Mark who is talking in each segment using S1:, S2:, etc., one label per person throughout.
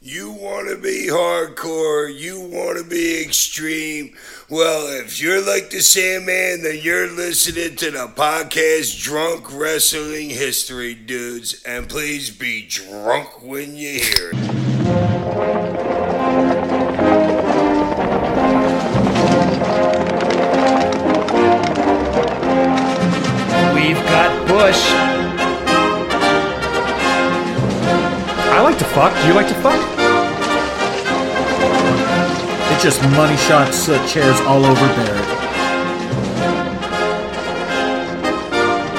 S1: You want to be hardcore, you want to be extreme. Well, if you're like the Sandman, then you're listening to the podcast Drunk Wrestling History Dudes, and please be drunk when you hear it.
S2: We've got Bush.
S3: I like to fuck. Do you like to fuck?
S4: It just money shots uh, chairs all over Barrett.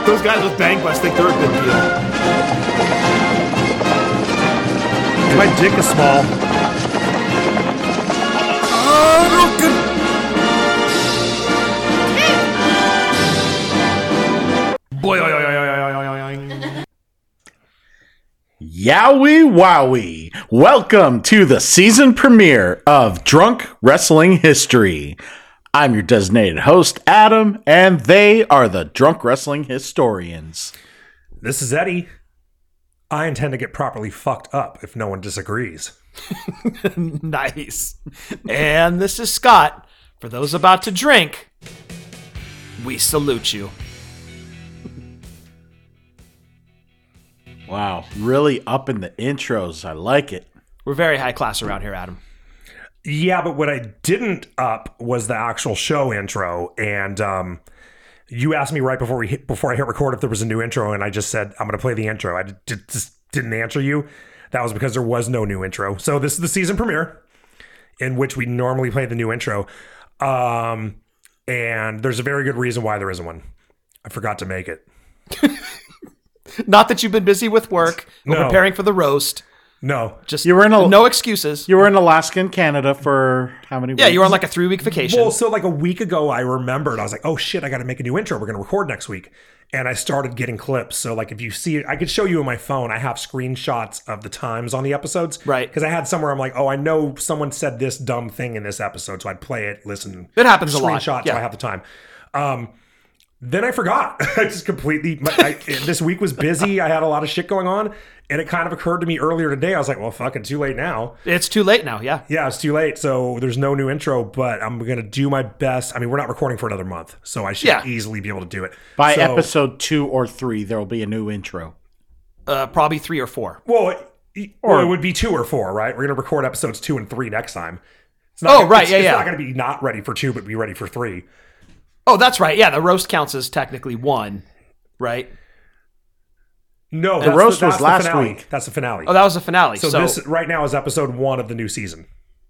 S3: Those guys with bang butts think they're a big deal. My dick is small.
S5: Yowie wowie. Welcome to the season premiere of Drunk Wrestling History. I'm your designated host, Adam, and they are the Drunk Wrestling Historians.
S6: This is Eddie. I intend to get properly fucked up if no one disagrees.
S2: Nice. and this is Scott. For those about to drink, we salute you.
S5: Wow, really up in the intros. I like it.
S2: We're very high class around here, Adam.
S6: Yeah, but what I didn't up was the actual show intro, and um, you asked me right before we hit, before I hit record if there was a new intro, and I just said I'm going to play the intro. I did, just didn't answer you. That was because there was no new intro. So this is the season premiere, in which we normally play the new intro, um, and there's a very good reason why there isn't one. I forgot to make it.
S2: Not that you've been busy with work or
S6: No.
S2: preparing for the roast.
S6: No,
S2: Just
S5: You were in a-
S2: no excuses.
S5: You were in Alaska and Canada for how many
S2: yeah,
S5: weeks?
S2: you were on like a three week vacation.
S6: Well, so like a week ago, I remembered I was like, "Oh shit, I got to make a new intro. We're gonna record next week." And I started getting clips. So like, if you see, I could show you on my phone. I have screenshots of the times on the episodes,
S2: Right.
S6: Because I had somewhere I'm like, "Oh, I know someone said this dumb thing in this episode," so I'd play it, listen.
S2: It happens a lot,
S6: screenshot,
S2: yeah.
S6: so I have the time. Um, then I forgot. I just completely. My, I, this week was busy. I had a lot of shit going on, and it kind of occurred to me earlier today. I was like, "Well, fucking too late now."
S2: it's too late now. Yeah.
S6: Yeah, it's too late. So there's no new intro, but I'm going to do my best. I mean, we're not recording for another month, so I should
S2: Yeah.
S6: easily be able to do it.
S5: By
S6: So-
S5: episode two or three, there will be a new intro.
S2: Uh, probably three or four.
S6: Well, it, or it would be two or four, right? We're going to record episodes two and three next time. It's not
S2: Oh,
S6: gonna,
S2: right,
S6: It's,
S2: yeah,
S6: it's
S2: yeah.
S6: not going to be not ready for two, but be ready for three.
S2: Oh, that's right. Yeah, the roast counts as technically one, right?
S6: No, that's
S5: roast was
S6: that's
S5: last
S6: finale.
S5: week.
S6: That's the finale.
S2: Oh, that was the finale.
S6: so,
S2: So,
S6: this right now is episode one of the new season.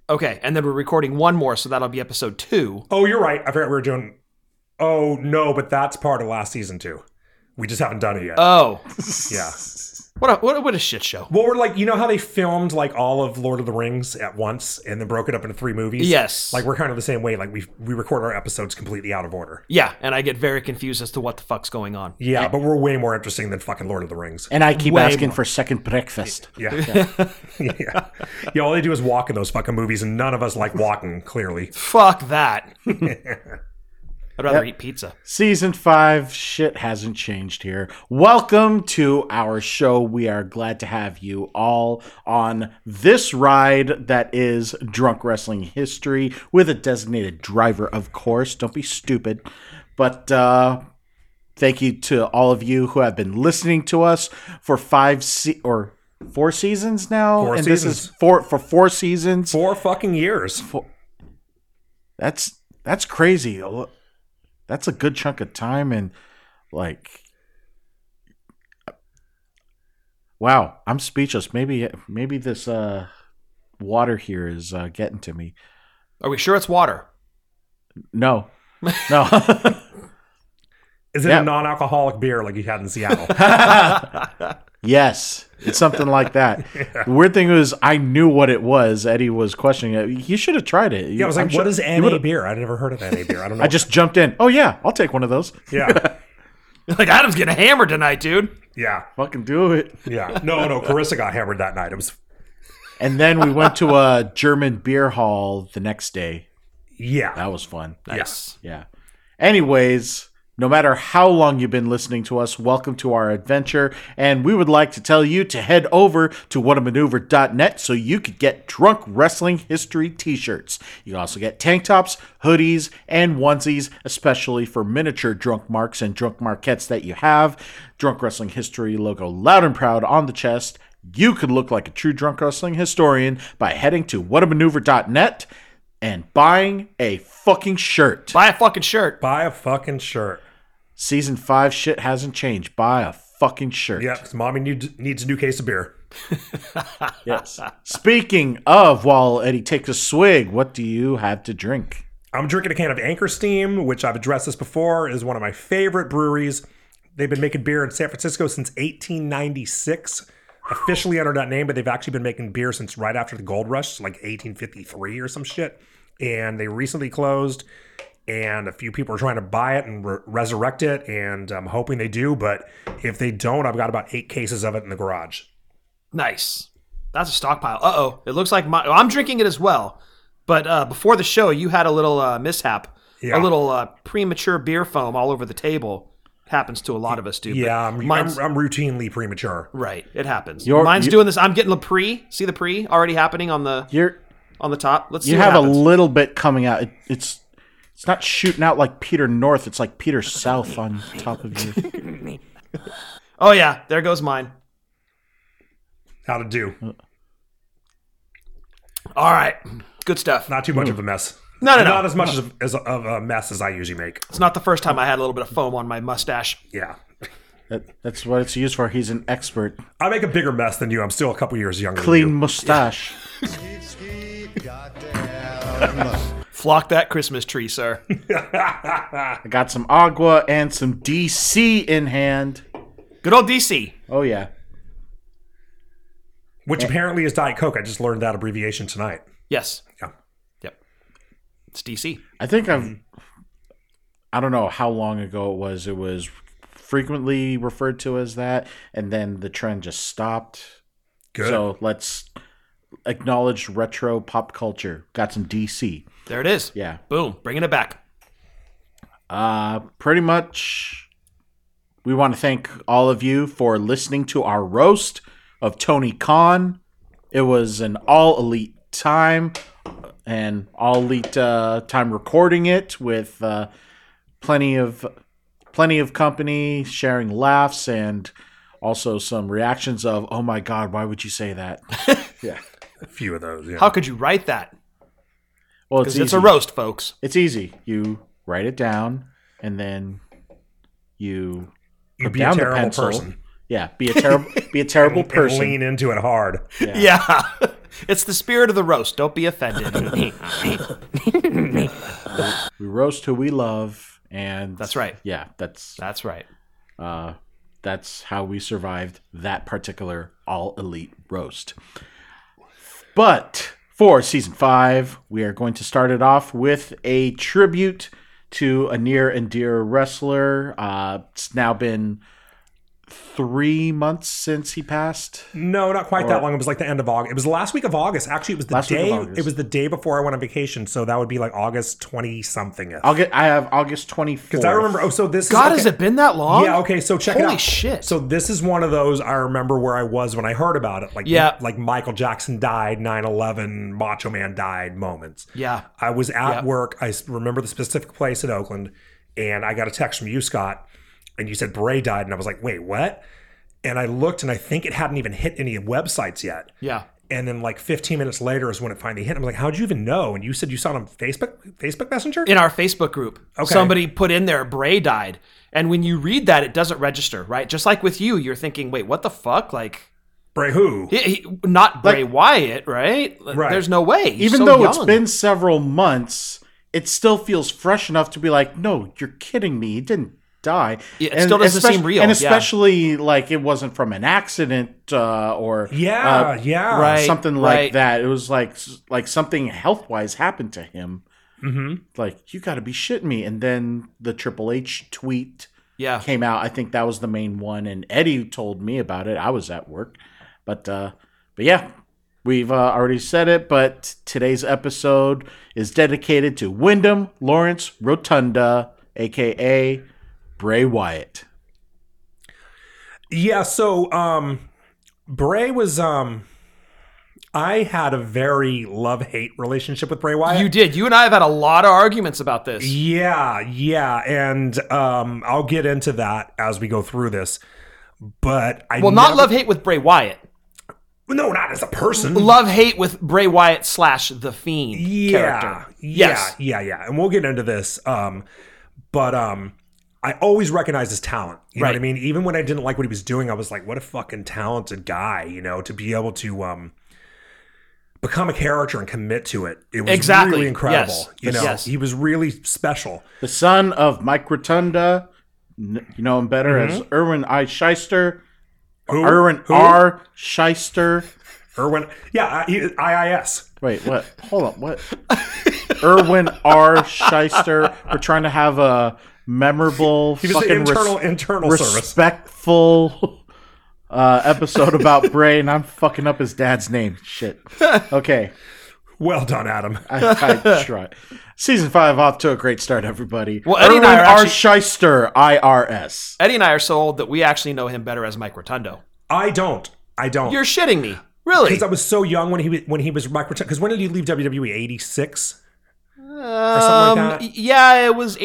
S2: okay, and then we're recording one more, so that'll be episode two.
S6: Oh, you're right. I forgot we were doing. Oh no, but that's part of last season too. We just haven't done it yet.
S2: Oh,
S6: yeah.
S2: what a what a, what a shit show.
S6: Well, we're like, you know how they filmed like all of Lord of the Rings at once and then broke it up into three movies?
S2: Yes.
S6: Like we're kind of the same way. Like we we record our episodes completely out of order.
S2: Yeah, and I get very confused as to what the fuck's going on.
S6: Yeah, but we're way more interesting than fucking Lord of the Rings.
S5: And I keep
S2: Way
S5: asking
S2: more.
S5: for second breakfast.
S6: Yeah. yeah. Yeah, all they do is walk in those fucking movies and none of us like walking, clearly.
S2: Fuck that. I'd rather eat pizza.
S5: Season five, shit hasn't changed here. Welcome to our show. We are glad to have you all on this ride that is drunk wrestling history with a designated driver, of course. Don't be stupid. But uh, thank you to all of you who have been listening to us for five se- or four seasons now.
S6: Four
S5: and this is
S6: seasons.
S5: four for four seasons.
S6: Four fucking years.
S5: That's that's crazy. That's a good chunk of time and like Wow, I'm speechless. Maybe maybe this uh water here is uh getting to me.
S2: Are we sure it's water?
S5: No. No.
S6: Is it
S5: Yeah.
S6: a non alcoholic beer like you had in Seattle?
S5: yes. It's something like that. The weird thing was I knew what it was. Eddie was questioning it. You should have tried it.
S6: yeah, I was like, what is
S5: would
S6: NA
S5: have-
S6: beer? I'd never heard of NA beer. I don't know.
S5: I just jumped in. Oh yeah, I'll take one of those.
S6: Yeah.
S2: like Adam's getting hammered tonight, dude.
S6: Yeah.
S5: Fucking do it.
S6: Yeah. No, no, Carissa got hammered that night. It was
S5: And then we went to a German beer hall the next day.
S6: yeah.
S5: That was fun.
S2: Nice.
S5: Yeah. Anyways, No matter how long you've been listening to us, welcome to our adventure, and we would like to tell you to head over to whatamaneuver.net so you could get drunk wrestling history t-shirts. You can also get tank tops, hoodies, and onesies, especially for miniature drunk marks and drunk marquettes that you have. Drunk wrestling history logo loud and proud on the chest. You could look like a true drunk wrestling historian by heading to whatamaneuver.net and buying a fucking shirt.
S2: Buy a fucking shirt.
S6: Buy a fucking shirt.
S5: Season five shit hasn't changed. Buy a fucking shirt.
S6: Yeah, 'cause mommy need, needs a new case of beer.
S5: Yes. Speaking of, while Eddie takes a swig, what do you have to drink?
S6: I'm drinking a can of Anchor Steam, which I've addressed this before, is one of my favorite breweries. They've been making beer in San Francisco since 1896, officially under that name, but they've actually been making beer since right after the gold rush, like 1853 or some shit. And they recently closed, and a few people are trying to buy it and re- resurrect it, and I'm hoping they do. But if they don't, I've got about eight cases of it in the garage.
S2: Nice. That's a stockpile. Uh oh. It looks like my. I'm drinking it as well. But uh, before the show, you had a little uh, mishap.
S6: Yeah.
S2: A little uh, premature beer foam all over the table. Happens to a lot of us, dude. but
S6: Yeah, I'm, I'm,
S2: mine's
S6: I'm routinely premature.
S2: right. It happens.
S5: You're-
S2: mine's
S5: you-
S2: doing this. I'm getting the pre. See the pre already happening on the
S5: You're
S2: on the top. Let's see.
S5: you
S2: what
S5: have a
S2: happens.
S5: little bit coming out. It, it's it's not shooting out like Peter North. It's like Peter South on top of you.
S2: oh yeah, there goes mine.
S6: How to do?
S2: All right, good stuff.
S6: Not too much of a mess.
S2: No, no, no.
S6: Not as much as, as of a mess as I usually make.
S2: It's not the first time I had a little bit of foam on my mustache.
S6: Yeah.
S5: That, that's what it's used for. He's an expert.
S6: I make a bigger mess than you. I'm still a couple years younger.
S5: Clean
S6: Than you.
S5: mustache.
S2: Flock that Christmas tree, sir.
S5: I got some agua and some DC in hand.
S2: Good old DC.
S5: Oh yeah.
S6: Which apparently is Diet Coke. I just learned that abbreviation tonight.
S2: Yes.
S6: Yeah.
S2: Yep. It's DC.
S5: I think I've. I don't know how long ago it was. It was frequently referred to as that, and then the trend just stopped.
S6: Good.
S5: So let's acknowledge retro pop culture. Got some DC.
S2: There it is.
S5: Yeah.
S2: Boom. Bringing it back.
S5: Uh, pretty much, we want to thank all of you for listening to our roast of Tony Khan. It was an all elite time and all elite uh, time recording it with uh, plenty of plenty of company, sharing laughs and also some reactions of "Oh my God, why would you say that?"
S6: a few of those. Yeah.
S2: How could you write that?
S5: Well,
S2: Because
S5: it's
S2: it's
S5: easy.
S2: a roast, folks.
S5: It's easy. You write it down and then you
S6: You'd
S5: put
S6: be a
S5: down the
S6: terrible
S5: pencil.
S6: person.
S5: Yeah, be a terrible be a terrible
S6: And
S5: person.
S6: lean into it hard.
S2: Yeah. it's the spirit of the roast. Don't be offended.
S5: We roast who we love and
S2: That's right.
S5: Yeah, that's
S2: That's right.
S5: uh that's how we survived that particular all elite roast. But for season 5, we are going to start it off with a tribute to a near and dear wrestler. Uh it's now been 3 months since he passed.
S6: No, not quite that long. It was like the end of August. It was the last week of August. Actually, it was the
S5: Last week of
S6: day.
S5: August.
S6: It was the day before I went on vacation. So that would be like August twenty something.
S5: I'll get I have August 24th.
S6: Because I remember. Oh, so this.
S2: God,
S6: is, okay.
S2: has it been that long?
S6: Yeah. Okay. So check it out.
S2: Holy shit.
S6: So this is one of those I remember where I was when I heard about it. Like
S2: Yeah.
S6: Like Michael Jackson died, 9/11, Macho Man died moments.
S2: Yeah.
S6: I was at
S2: Yeah.
S6: work. I s- remember the specific place in Oakland, and I got a text from you, Scott, and you said Bray died, and I was like, wait, what? And I looked, and I think it hadn't even hit any websites yet.
S2: Yeah.
S6: And then like 15 minutes later is when it finally hit. I'm like, how'd you even know? And you said you saw it on Facebook, Facebook Messenger.
S2: In our Facebook group, somebody put in there Bray died. And when you read that, it doesn't register, right? Just like with you, you're thinking, wait, what the fuck? Like,
S6: Bray who?
S2: he, he, not Bray Wyatt, right? Like,
S6: Right.
S2: There's no way. He's so
S5: even though
S2: young.
S5: it's been several months, it still feels fresh enough to be like, no, you're kidding me. He didn't die.
S2: Yeah, it still doesn't
S5: espec-
S2: seem real,
S5: And
S2: yeah.
S5: especially like it wasn't from an accident uh, or
S6: Yeah, yeah.
S5: uh,
S2: right.
S5: something like
S2: right.
S5: that. It was like like something health wise happened to him.
S6: Mm-hmm.
S5: Like you got to be shitting me. And then the Triple H tweet
S2: Yeah.
S5: came out. I think that was the main one, and Eddie told me about it. I was at work, but uh, but yeah, we've uh, already said it. But today's episode is dedicated to Wyndham Lawrence Rotunda, aka Bray Wyatt.
S6: Yeah, so um Bray was um I had a very love-hate relationship with Bray Wyatt.
S2: You did. You and I have had a lot of arguments about this.
S6: Yeah, yeah, and um I'll get into that as we go through this. But I
S2: Well, not
S6: never-
S2: love hate with Bray Wyatt.
S6: No, not as a person.
S2: Love hate with Bray Wyatt slash the Fiend
S6: yeah,
S2: character.
S6: Yeah,
S2: Yes.
S6: yeah, yeah. And we'll get into this. Um, but um, I always recognize his talent. You know what I
S2: Right.
S6: mean? Even when I didn't like what he was doing, I was like, what a fucking talented guy, you know, to be able to um become a character and commit to it. It was
S2: Exactly.
S6: really incredible.
S2: Yes.
S6: You know,
S2: Yes.
S6: he was really special.
S5: The son of Mike Rotunda. n- You know him better as Erwin I. Shyster.
S6: Mm-hmm. Who?
S5: Erwin
S6: Who?
S5: R. Shyster.
S6: Erwin. Yeah, I- IIS.
S5: Wait, what? Hold up, what? Erwin R. Shyster. We're trying to have a memorable,
S6: He was an
S5: fucking
S6: internal
S5: res-
S6: internal service.
S5: respectful uh, episode about Bray, and I'm fucking up his dad's name. Shit. Okay,
S6: Well done, Adam.
S5: I, I try. Season five off to a great start, everybody.
S2: Well, Eddie and I
S5: Erwin
S2: are
S5: R.
S2: actually-
S5: Shyster, IRS.
S2: Eddie and I are so old that we actually know him better as Mike Rotundo.
S6: I don't. I don't.
S2: You're shitting me. Really?
S6: because I was so young when he was, when he was Mike Because when did he leave E? WWE? Eighty six.
S2: Um,
S6: something like that.
S2: y- yeah, it was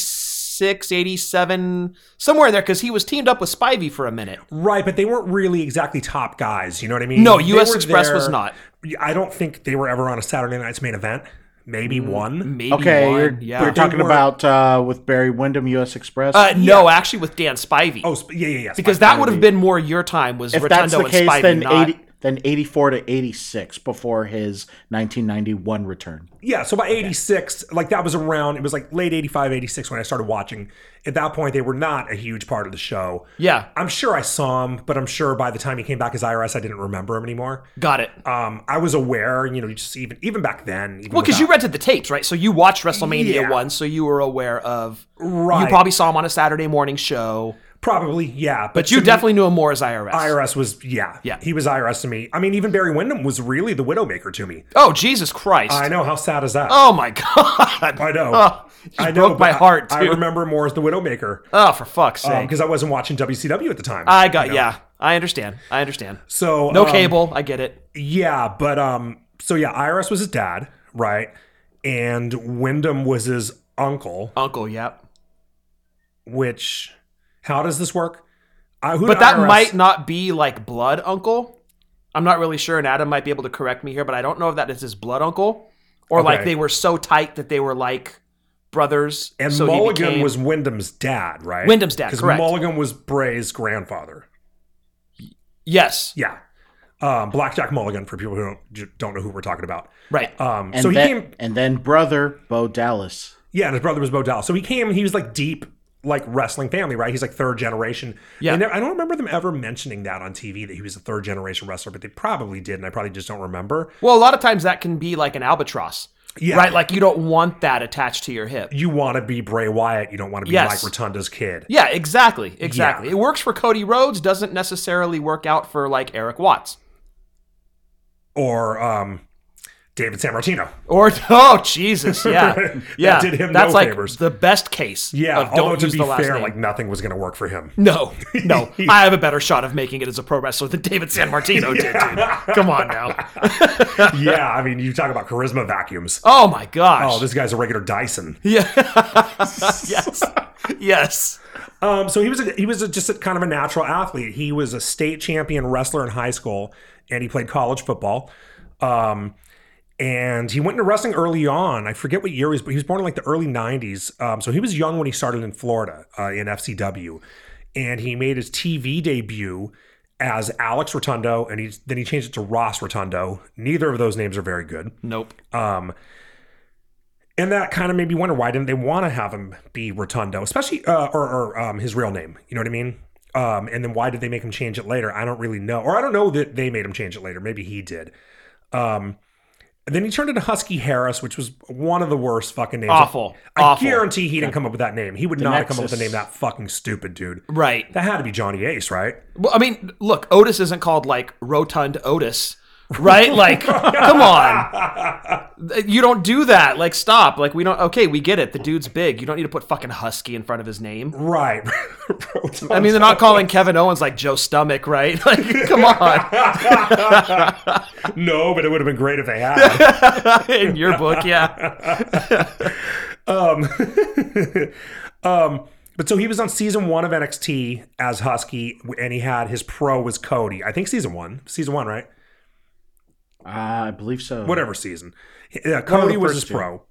S2: 86, 87, somewhere in there because he was teamed up with Spivey for a minute.
S6: Right, but they weren't really exactly top guys. You know what I mean?
S2: No,
S6: They
S2: US
S6: were
S2: Express
S6: there-
S2: was not.
S6: I don't think they were ever on a Saturday night's main event. Maybe
S2: Mm,
S6: one.
S2: Maybe
S5: Okay,
S2: one.
S5: you're,
S2: yeah.
S5: you're talking
S6: They were-
S5: about uh, with Barry Wyndham, U.S. Express.
S2: uh, no, actually with Dan Spivey.
S6: Oh, sp- yeah, yeah, yeah.
S2: because that would have been more your time was
S5: if
S2: Rotundo
S5: that's the
S2: and
S5: case,
S2: Spivey,
S5: then
S2: not.
S5: eighty then eighty four to eighty six before his nineteen ninety one return.
S6: yeah. So by eighty six, like that was around. It was like late 85, 86 when I started watching. At that point, they were not a huge part of the show.
S2: Yeah,
S6: I'm sure I saw him, but I'm sure by the time he came back as IRS, I didn't remember him anymore.
S2: got it.
S6: Um, I was aware, you know, just even even back then. Even
S2: well, because you
S6: without-
S2: rented the tapes, right? So you watched WrestleMania
S6: Yeah.
S2: one, so you were aware of. You
S6: Right.
S2: probably saw him on a Saturday morning show,
S6: probably yeah,
S2: but you
S6: to me-
S2: definitely knew him more as IRS.
S6: IRS was yeah
S2: Yeah.
S6: he was IRS to me. I mean, even Barry Windham was really the widowmaker to me.
S2: Oh Jesus Christ!
S6: I know how sad is that.
S2: Oh my God!
S6: I know.
S2: Oh, you
S6: I know,
S2: broke
S6: but
S2: my heart.
S6: I, I
S2: dude.
S6: remember him more as the widowmaker
S2: Oh, for fuck's sake!
S6: because I wasn't watching WCW at the time.
S2: I got
S6: you know?
S2: yeah. I understand. I understand.
S6: So
S2: No
S6: um,
S2: cable. I get it.
S6: Yeah, but um, so yeah, IRS was his dad, right? And Wyndham was his uncle.
S2: Uncle. Yep.
S6: Which, how does this work? I, who
S2: But
S6: did
S2: that
S6: IRS
S2: might not be like blood uncle. I'm not really sure, and Adam might be able to correct me here, but I don't know if that is his blood uncle or like
S6: Okay.
S2: they were so tight that they were like brothers.
S6: And
S2: so he
S6: Mulligan
S2: became-
S6: was Wyndham's dad, right?
S2: Wyndham's dad, correct.
S6: Mulligan was Bray's grandfather.
S2: yes,
S6: Yeah. Um, Blackjack Mulligan, for people who don't, j- don't know who we're talking about.
S2: right.
S6: Um,
S5: And
S6: so he
S5: then,
S6: came,
S5: and then brother Bo Dallas.
S6: yeah, and his brother was Bo Dallas. So he came, he was like deep, like wrestling family, right? He's like third generation.
S2: Yeah.
S6: They never- I don't remember them ever mentioning that on TV that he was a third generation wrestler, but they probably did, and I probably just don't remember.
S2: Well, a lot of times that can be like an albatross,
S6: Yeah.
S2: right? Like you don't want that attached to your hip.
S6: You want to be Bray Wyatt, you don't want to be
S2: Yes.
S6: Mike Rotunda's kid.
S2: Yeah, exactly, exactly. It works for Cody Rhodes, doesn't necessarily work out for like Eric Watts
S6: Or um, David Sammartino.
S2: or oh Jesus, yeah, yeah.
S6: did him
S2: That's
S6: no
S2: like
S6: favors.
S2: the best case.
S6: Yeah,
S2: of
S6: although
S2: don't
S6: to
S2: use
S6: be
S2: the last
S6: fair,
S2: name.
S6: like nothing was going to work for him.
S2: No, no. I have a better shot of making it as a pro wrestler than David San Martino did, dude. Come on now.
S6: yeah, I mean, you talk about charisma vacuums.
S2: Oh my gosh.
S6: Oh, this guy's a regular Dyson.
S2: yeah. yes. Yes.
S6: Um, so he was a, he was a, just a, kind of a natural athlete. He was a state champion wrestler in high school, and he played college football. Um, and he went into wrestling early on. I forget what year he was, but he was born in like the early '90s. Um, so he was young when he started in Florida uh, in FCW, and he made his TV debut as Alex Rotundo, and he then he changed it to Ross Rotundo. Neither of those names are very good.
S2: Nope.
S6: Um, and that kind of made me wonder why didn't they want to have him be Rotundo, especially uh, or, or um, his real name. You know what I mean? Um, and then why did they make him change it later? I don't really know, or I don't know that they made him change it later. Maybe he did. Um, and then he turned into Husky Harris, which was one of the worst fucking names.
S2: Awful.
S6: I
S2: Awful.
S6: guarantee he didn't come up with that name. He would not have come up with a
S5: Nexus.
S6: name that fucking stupid, dude.
S2: Right.
S6: That had to be Johnny Ace, right?
S2: Well, I mean, look, Otis isn't called like Rotund Otis right? Like, come on. You don't do that. Like, stop. Like, we don't. Okay, we get it. The dude's big. You don't need to put fucking Husky in front of his name.
S6: Right.
S2: I mean, they're not calling Kevin Owens like Joe Stomach, right? Like, come on.
S6: no, but it would have been great if they had.
S2: In your book, yeah.
S6: um, but so he was on season one of NXT as Husky, and he had his pro was Cody. I think season one, season one, right?
S5: Ah, I believe so.
S6: whatever season. Yeah, Cody was his
S5: first two.
S6: pro.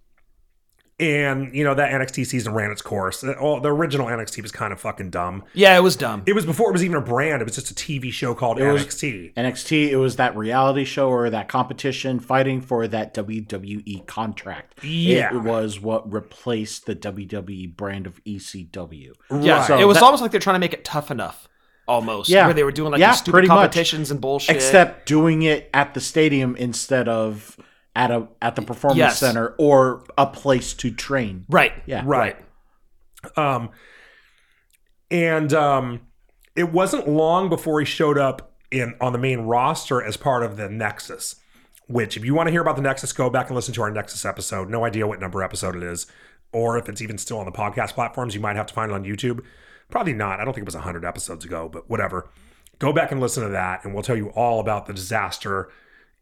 S6: And you know that NXT season ran its course. Uh, All the original NXT was kind of fucking dumb.
S2: Yeah, it was dumb.
S6: It was before it was even a brand. It was just a TV show called
S5: was-
S6: NXT.
S5: NXT, it was that reality show or that competition fighting for that WWE contract.
S6: Yeah.
S5: It was what replaced the WWE brand of E ECW.
S2: Yeah,
S5: Right. So
S2: it was
S5: that-
S2: almost like they're trying to make it tough enough, almost.
S5: Yeah.
S2: where they were doing like
S5: Yeah,
S2: these stupid
S5: pretty much.
S2: competitions and bullshit.
S5: Except doing it at the stadium instead of at a at the performance
S2: Yes.
S5: center or a place to train.
S2: right,
S5: Yeah.
S6: Right. Um, and um, it wasn't long before he showed up in on the main roster as part of the Nexus. Which, if you want to hear about the Nexus, go back and listen to our Nexus episode. No idea what number episode it is, or if it's even still on the podcast platforms. You might have to find it on YouTube. Probably not. I don't think it was hundred episodes ago, but whatever. Go back and listen to that, and we'll tell you all about the disaster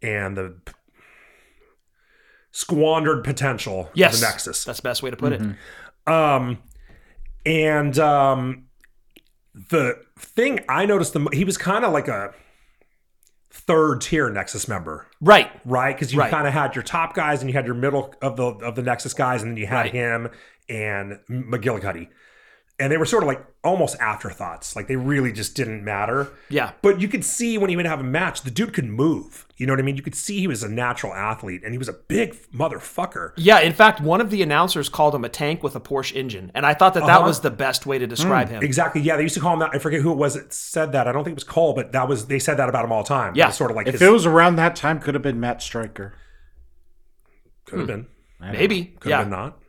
S6: and the p- squandered potential
S2: Yes,
S6: of the Nexus.
S2: That's the best way to put
S5: Mm-hmm.
S2: it.
S6: Um, and um, the thing I noticed the mo- he was kind of like a third tier Nexus member,
S2: Right.
S6: right? Because you
S2: Right.
S6: kind of had your top guys and you had your middle of the of the Nexus guys, and then you had him and McGillicuddy, and they were sort of like almost afterthoughts. Like they really just didn't matter.
S2: Yeah.
S6: But you could see when he would have a match, the dude could move. You know what I mean? You could see he was a natural athlete, and he was a big motherfucker.
S2: Yeah, in fact, one of the announcers called him a tank with a Porsche engine, and I thought that
S5: Uh-huh.
S2: that was the best way to
S5: Mm,
S2: describe him.
S6: Exactly. Yeah, they used to call him that. I forget who it was that said that. I don't think it was Cole, but that was they said that about him all the time.
S2: Yeah.
S6: It was sort of like
S5: If
S6: his,
S5: it was around that time, could have been Matt Stryker.
S6: could have been,
S2: Maybe,
S6: could have
S2: yeah.
S6: been not.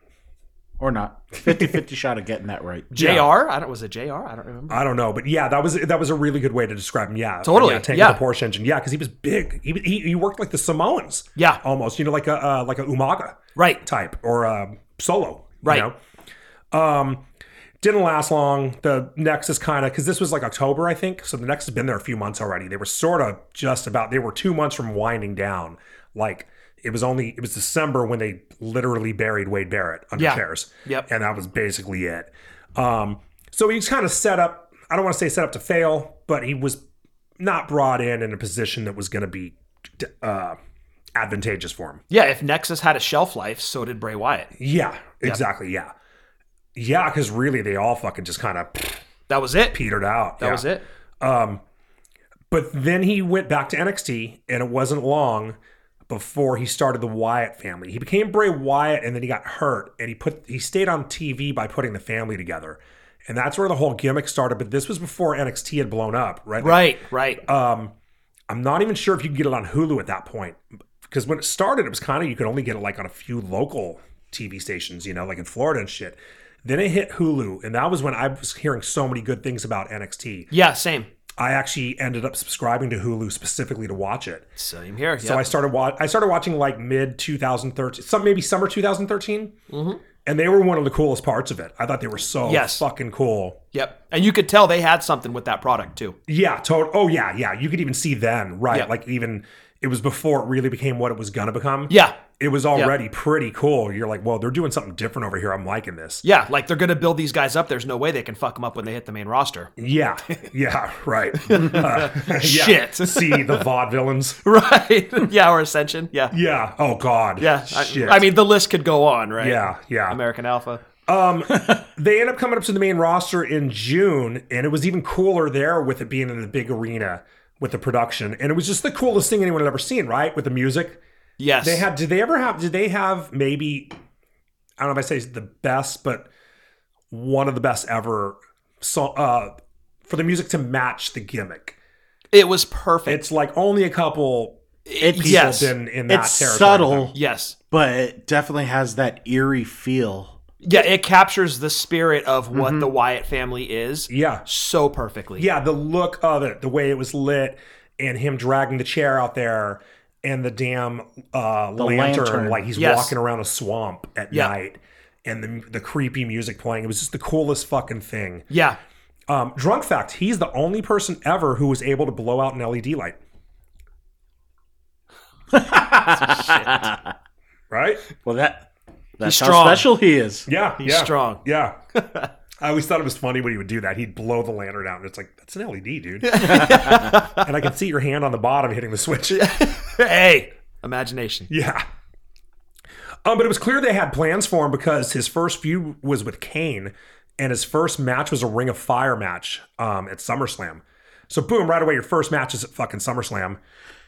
S5: Or not. 50-50 shot of getting that right.
S2: Jr. I don't was it Jr. I don't remember.
S6: I don't know, but yeah, that was that was a really good way to describe him. Yeah,
S2: Totally,
S6: Yeah, tank
S2: yeah.
S6: with a Porsche engine. Yeah, because he was big. He, he he worked like the Samoans.
S2: Yeah.
S5: Oh.
S6: almost. You know, like a uh, like a Umaga
S2: Right.
S6: type or a solo. you
S2: Right.
S6: know? Um. Didn't last long. The Nexus kind of because this was like October, I think. So the Nexus has been there a few months already. They were sort of just about. They were two months from winding down. Like it was only it was December when they literally buried Wade Barrett under
S2: Yeah.
S6: chairs.
S2: Yep.
S6: And that was basically it. Um, so he's kind of set up. I don't want to say set up to fail, but he was not brought in in a position that was going to be uh, advantageous for him.
S2: Yeah, if Nexus had a shelf life, so did Bray Wyatt.
S6: Yeah, exactly. Yeah, yeah, because really they all fucking just kind of
S2: That was it.
S6: petered out.
S2: That was it.
S6: But then he went back to NXT, and it wasn't long before he started the Wyatt family. He became Bray Wyatt, and then he got hurt, and he put he stayed on TV by putting the family together, and that's where the whole gimmick started. But this was before NXT had blown up, right?
S2: Right,
S6: Like,
S2: right.
S6: Uh, I'm not even sure if you can get it on Hulu at that point, because when it started, it was kind of you could only get it like on a few local TV stations, you know, like in Florida and shit. Then it hit Hulu, and that was when I was hearing so many good things about NXT.
S2: yeah, same.
S6: I actually ended up subscribing to Hulu specifically to watch it.
S2: Same here.
S6: So I started watch. I started watching like mid 2013, some maybe summer 2013, and they were one of the coolest parts of it. I thought they were so
S2: Mm-hmm. Yes.
S6: fucking cool.
S2: yep. And you could tell they had something with that product too.
S6: Yeah, total. Oh yeah, yeah. You could even see then, right?
S2: Yeah.
S6: Like even it was before it really became what it was gonna become.
S2: Yeah.
S6: it was already pretty cool. You're like, well, they're doing something different over here. I'm liking this.
S2: Yeah, like they're going to build these guys up. There's no way they can fuck them up when they hit the main roster.
S6: Yeah, yeah, right. Uh, yeah.
S2: Shit.
S6: see the vaudevillains.
S2: Right. yeah, or Ascension. Yeah.
S6: Yeah. Oh God.
S2: Yeah. I-
S6: Shit.
S2: I, mean, the list could go on, right?
S6: Yeah. Yeah.
S2: American Alpha.
S6: they end up coming up to the main roster in June, and it was even cooler there with it being in the big arena with the production, and it was just the coolest thing anyone had ever seen, right? With the music
S2: Yes.
S6: they had, did they ever have? Did they have maybe? I don't know if I say the best, but one of the best ever. So, uh, for the music to match the gimmick,
S2: it was perfect.
S6: it's like only a couple people
S2: yes.
S6: been in that
S5: It's
S6: territory.
S5: subtle,
S2: Yes.
S5: but it definitely has that eerie feel.
S2: Yeah, it captures the spirit of what the Wyatt family is
S6: Mm-hmm. Yeah,
S2: so perfectly.
S6: yeah, the look of it, the way it was lit, and him dragging the chair out there, and the damn uh, lantern,
S5: lantern.
S6: like he's
S2: Yes.
S6: walking around a swamp at
S2: Yeah.
S6: night, and the the creepy music playing. It was just the coolest fucking thing.
S2: Yeah.
S6: Um, drunk fact: He's the only person ever who was able to blow out an LED light. right?
S5: Well, that that's how
S2: strong.
S5: special he is.
S6: Yeah,
S2: He's
S6: yeah,
S2: strong.
S6: Yeah. I always thought it was funny when he would do that. He'd blow the lantern out, and it's like that's an LED, dude. and I can see your hand on the bottom hitting the switch.
S2: Hey, imagination.
S6: Yeah. Um, but it was clear they had plans for him because his first feud was with Kane, and his first match was a Ring of Fire match um, at SummerSlam. So boom, right away, your first match is at fucking SummerSlam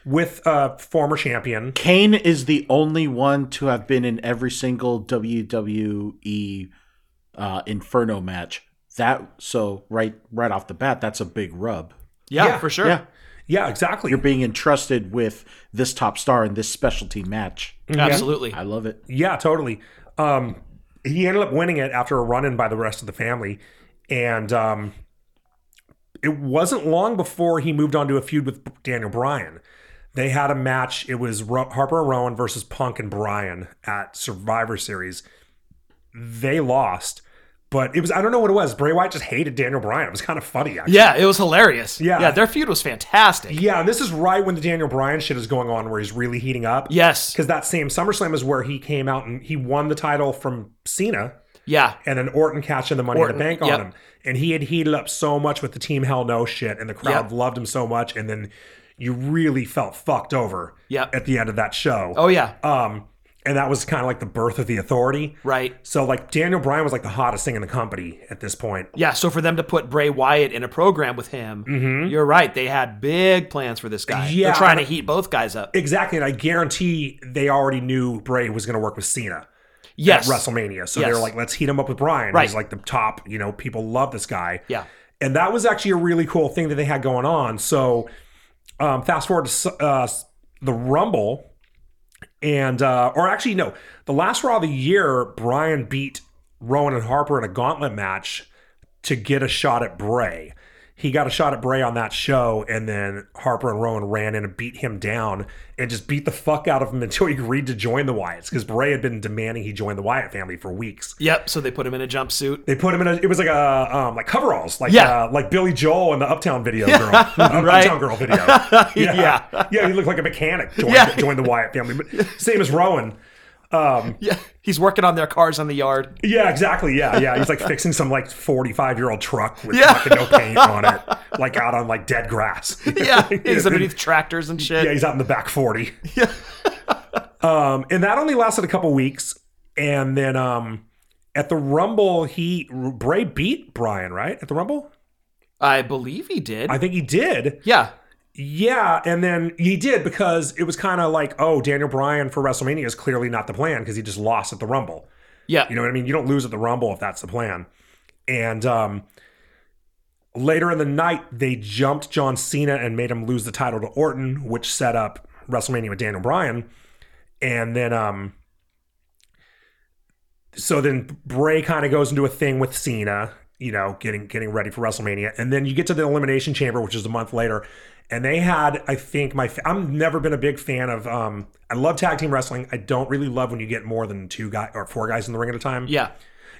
S6: with a former champion.
S5: Kane is the only one to have been in every single WWE uh, Inferno match. That so right right off the bat, that's a big rub.
S2: Yeah, for sure.
S5: Yeah,
S6: Yeah, exactly.
S5: you're being entrusted with this top star in this specialty match.
S2: Absolutely.
S5: I love it.
S6: Yeah, totally. Um, he ended up winning it after a run in by the rest of the family. And um, it wasn't long before he moved on to a feud with Daniel Bryan. They had a match. It was Ro- Harper and Rowan versus Punk and Bryan at Survivor Series. They lost, but it was, I don't know what it was. Bray Wyatt just hated Daniel Bryan. It was kind of funny, actually.
S2: Yeah, it was hilarious.
S6: Yeah.
S2: Yeah, their feud was fantastic.
S6: Yeah, and this is right when the Daniel Bryan shit is going on where he's really heating up.
S2: Yes.
S6: Because that same SummerSlam is where he came out and he won the title from Cena
S2: Yeah.
S6: and then Orton catching the money
S2: Orton,
S6: in the bank on
S2: yep.
S6: him. And he had heated up so much with the team hell no shit, and the crowd
S2: Yep.
S6: loved him so much. And then you really felt fucked over
S2: Yep.
S6: at the end of that show.
S2: Oh yeah.
S6: Um, and that was kind of like the birth of the authority.
S2: Right.
S6: So like Daniel Bryan was like the hottest thing in the company at this point.
S2: Yeah, so for them to put Bray Wyatt in a program with him, you're right. They had big plans for this guy.
S6: Mm-hmm. Yeah.
S2: They're trying to heat both guys up.
S6: Exactly. And I guarantee they already knew Bray was gonna work with Cena.
S2: Yes.
S6: at WrestleMania. So
S2: Yes.
S6: they're like, let's heat him up with Brian.
S2: Right.
S6: He's like the top, you know, people love this guy.
S2: Yeah.
S6: And that was actually a really cool thing that they had going on. So um, fast forward to uh, the Rumble. And, uh, or actually, no, the last Raw of the year, Brian beat Rowan and Harper in a gauntlet match to get a shot at Bray. He got a shot at Bray on that show, and then Harper and Rowan ran in and beat him down and just beat the fuck out of him until he agreed to join the Wyatts because Bray had been demanding he join the Wyatt family for weeks.
S2: Yep. So they put him in a jumpsuit.
S6: They put him in a. It was like a um, like coveralls, like
S2: Yeah.
S6: uh, like Billy Joel in the Uptown video girl, Um,
S2: Right.
S6: Uptown girl video.
S2: Yeah.
S6: yeah, Yeah, He looked like a mechanic. Joined,
S2: Yeah.
S6: joined the Wyatt family, but same as Rowan.
S2: Yeah. He's working on their cars on the yard.
S6: Yeah, exactly. Yeah, yeah. He's like fixing some like forty-five-year-old truck with
S2: Yeah.
S6: fucking no paint on it, like out on like dead grass.
S2: Yeah. He's underneath tractors and shit.
S6: Yeah, he's out in the back 40. Yeah. um, and that only lasted a couple weeks. And then um, at the Rumble, he Bray beat Brian, right? At the Rumble?
S2: I believe he did.
S6: I think he did.
S2: yeah.
S6: Yeah. And then he did because it was kind of like, oh, Daniel Bryan for WrestleMania is clearly not the plan because he just lost at the Rumble.
S2: Yeah.
S6: You know what I mean? You don't lose at the Rumble if that's the plan. And um, later in the night, they jumped John Cena and made him lose the title to Orton, which set up WrestleMania with Daniel Bryan. And then, um, so then Bray kind of goes into a thing with Cena, you know, getting getting ready for WrestleMania. And then you get to the Elimination Chamber, which is a month later. And they had, I think, my fa- I've never been a big fan of. Um, I love tag team wrestling. I don't really love when you get more than two guy or four guys in the ring at a time.
S2: yeah.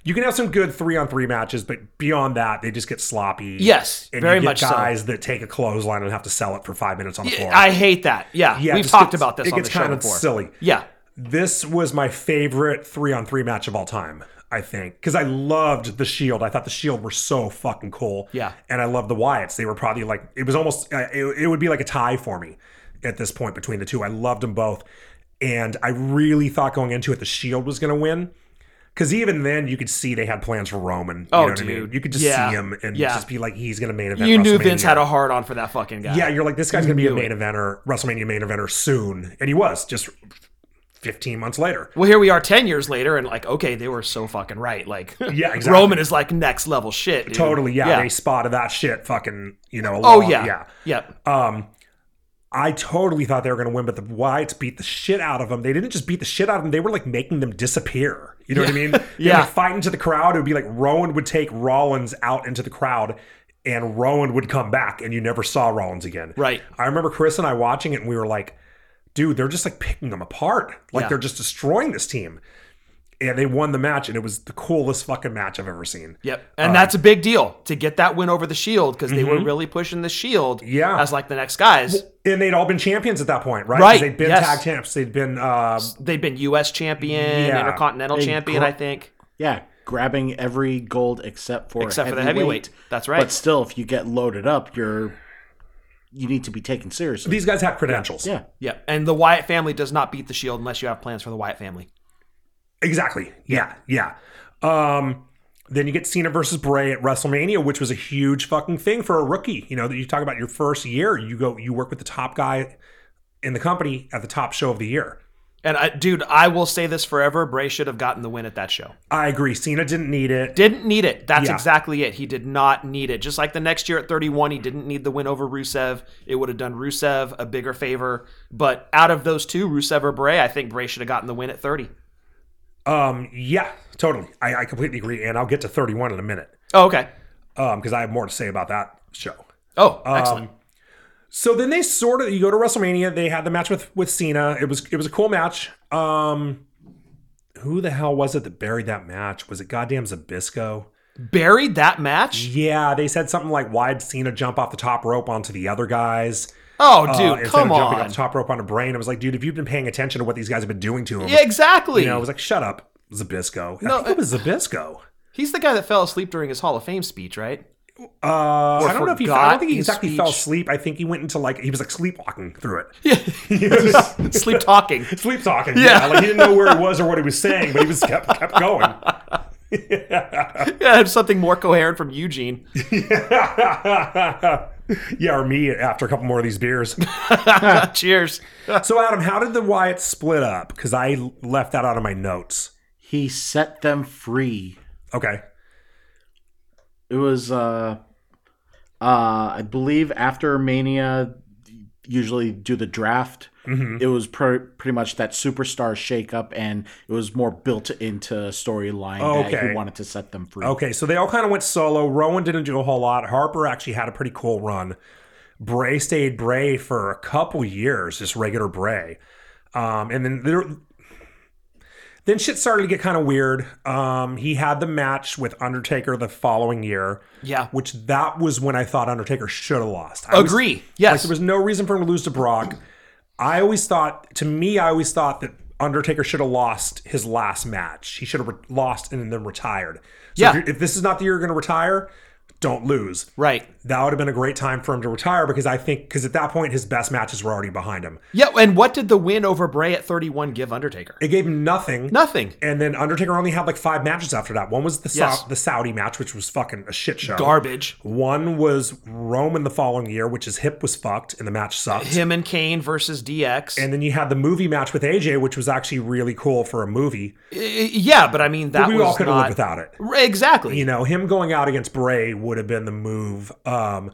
S6: You can have some good three on three matches, but beyond that, they just get sloppy.
S2: Yes,
S6: and
S2: very
S6: you get
S2: much so.
S6: guys that take a clothesline and have to sell it for five minutes on the floor.
S2: I hate that. Yeah.
S6: Yeah, it
S2: We've
S6: just
S2: talked
S6: gets-
S2: about this
S6: It
S2: on
S6: gets
S2: the show
S6: kind of
S2: before.
S6: silly.
S2: Yeah.
S6: This was my favorite three on three match of all time. I think because I loved the Shield. I thought the Shield were so fucking cool.
S2: Yeah.
S6: and I loved the Wyatts. They were probably like it was almost uh, it, it would be like a tie for me at this point between the two. I loved them both, and I really thought going into it the Shield was going to win. Because even then, you could see they had plans for Roman. You
S2: Oh,
S6: what I mean?
S2: dude.
S6: You could just
S2: Yeah.
S6: see him and
S2: Yeah.
S6: just be like, he's going to main event.
S2: You knew Vince
S6: WrestleMania.
S2: had a hard on for that fucking guy.
S6: Yeah, you're like, this guy's going to be a
S2: knew
S6: main eventer, WrestleMania main eventer soon. And he was just 15 months later.
S2: Well, here we are 10 years later, and like, okay, they were so fucking right. Like,
S6: Yeah, exactly.
S2: Roman is like next level shit. dude.
S6: Totally. Yeah,
S2: Yeah.
S6: They spotted that shit fucking, you know, a
S2: oh,
S6: lot.
S2: yeah.
S6: Yeah.
S2: Yep.
S6: Um, I totally thought they were going to win, but the Whites beat the shit out of them. They didn't just beat the shit out of them; they were like making them disappear. You know what I mean? They
S2: Yeah.
S6: were like, fighting to the crowd. It would be like Rowan would take Rollins out into the crowd, and Rowan would come back, and you never saw Rollins again.
S2: Right.
S6: I remember Chris and I watching it, and we were like. dude, they're just like picking them apart. Like
S2: Yeah.
S6: they're just destroying this team. And they won the match, and it was the coolest fucking match I've ever seen.
S2: Yep,
S6: uh,
S2: and that's a big deal to get that win over the Shield because they were really pushing the Shield.
S6: Mm-hmm. Yeah.
S2: as like the next guys,
S6: And they'd all been champions at that point, right? 'Cause
S2: Right,
S6: They'd been
S2: yes.
S6: tag champs. They'd been uh,
S2: they've been U.S. champion,
S6: Yeah.
S2: Intercontinental
S5: They
S2: champion,
S5: gr-
S2: I think.
S5: Yeah, grabbing every gold except for
S2: Except for the heavyweight. That's right.
S5: But still, if you get loaded up, you're you need to be taken seriously.
S6: these guys had credentials.
S5: yeah,
S2: Yep, and the Wyatt family does not beat the Shield unless you have plans for the Wyatt family.
S6: Exactly. Yeah. Yeah. Um, then you get Cena versus Bray at WrestleMania, which was a huge fucking thing for a rookie. You know, that you talk about your first year, you go, you work with the top guy in the company at the top show of the year.
S2: And I, dude, I will say this forever: Bray should have gotten the win at that show.
S6: I agree. Cena didn't need it.
S2: Didn't need it. That's
S6: Yeah.
S2: exactly it. He did not need it. Just like the next year at 31, he didn't need the win over Rusev. It would have done Rusev a bigger favor. But out of those two, Rusev or Bray, I think Bray should have gotten the win at 30.
S6: Um, yeah, totally. I, I completely agree. And I'll get to 31 in a minute
S2: Oh, okay.
S6: um, because I have more to say about that show.
S2: Oh,
S6: Um,
S2: excellent.
S6: So then they sort of you go to WrestleMania. They had the match with with Cena. It was it was a cool match. Um, who the hell was it that buried that match? Was it goddamn Zabisco?
S2: Buried that match?
S6: Yeah, they said something like, "Why'd Cena jump off the top rope onto the other guys?"
S2: Oh,
S6: Uh,
S2: dude,
S6: instead
S2: come
S6: of jumping off
S2: on.
S6: the top rope onto Brain. I was like, dude, if you've been paying attention to what these guys have been doing to him,
S2: Yeah, exactly.
S6: you know, I was like, shut up, Zabisco.
S2: No, uh,
S6: I think it was Zabisco.
S2: He's the guy that fell asleep during his Hall of Fame speech, right?
S6: Uh, I don't know if he. I
S2: forgot
S6: don't think he
S2: his
S6: exactly fell
S2: speech.
S6: asleep. I think he went into like he was like sleepwalking through it.
S2: Sleep talking.
S6: sleep talking. Yeah. like he didn't know where he was or what he was saying, but he was kept kept going.
S2: Yeah, I have something more coherent from Eugene.
S6: yeah, or me after a couple more of these beers.
S2: Cheers.
S6: so Adam, how did the Wyatt split up? Because I left that out of my notes.
S5: he set them free.
S6: Okay.
S5: It was, uh, uh, I believe, after Mania. Usually do the draft.
S6: Mm-hmm.
S5: It was pre- pretty much that superstar shakeup, and it was more built into storyline that
S6: Okay.
S5: he wanted to set them free.
S6: Okay, so they all kind of went solo. Rowan didn't do a whole lot. Harper actually had a pretty cool run. Bray stayed Bray for a couple years, just regular Bray. Um, and then there, then shit started to get kind of weird. Um, he had the match with Undertaker the following year,
S2: Yeah.
S6: which that was when I thought Undertaker should have lost. I was-
S2: Agree.
S6: like
S2: Yes.
S6: there was no reason for him to lose to Brock. I always thought, to me, I always thought that Undertaker should have lost his last match. He should have re- lost and then retired. So
S2: Yeah.
S6: if, you're- if this is not the year you're going to retire, don't lose.
S2: right.
S6: That would have been a great time for him to retire because I think because at that point his best matches were already behind him.
S2: Yeah, and what did the win over Bray at 31 give Undertaker?
S6: It gave him nothing.
S2: Nothing.
S6: And then Undertaker only had like five matches after that. One was the Sau-
S2: Yes.
S6: the Saudi match, which was fucking a shit show.
S2: Garbage.
S6: One was Roman the following year, which his hip was fucked and the match sucked.
S2: Him and Kane versus DX.
S6: And then you had the movie match with AJ, which was actually really cool for a movie.
S2: Y- yeah, but I mean that
S6: we
S2: was
S6: all could have
S2: not
S6: lived without it.
S2: R- exactly.
S6: You know, him going out against Bray would have been the move. Um,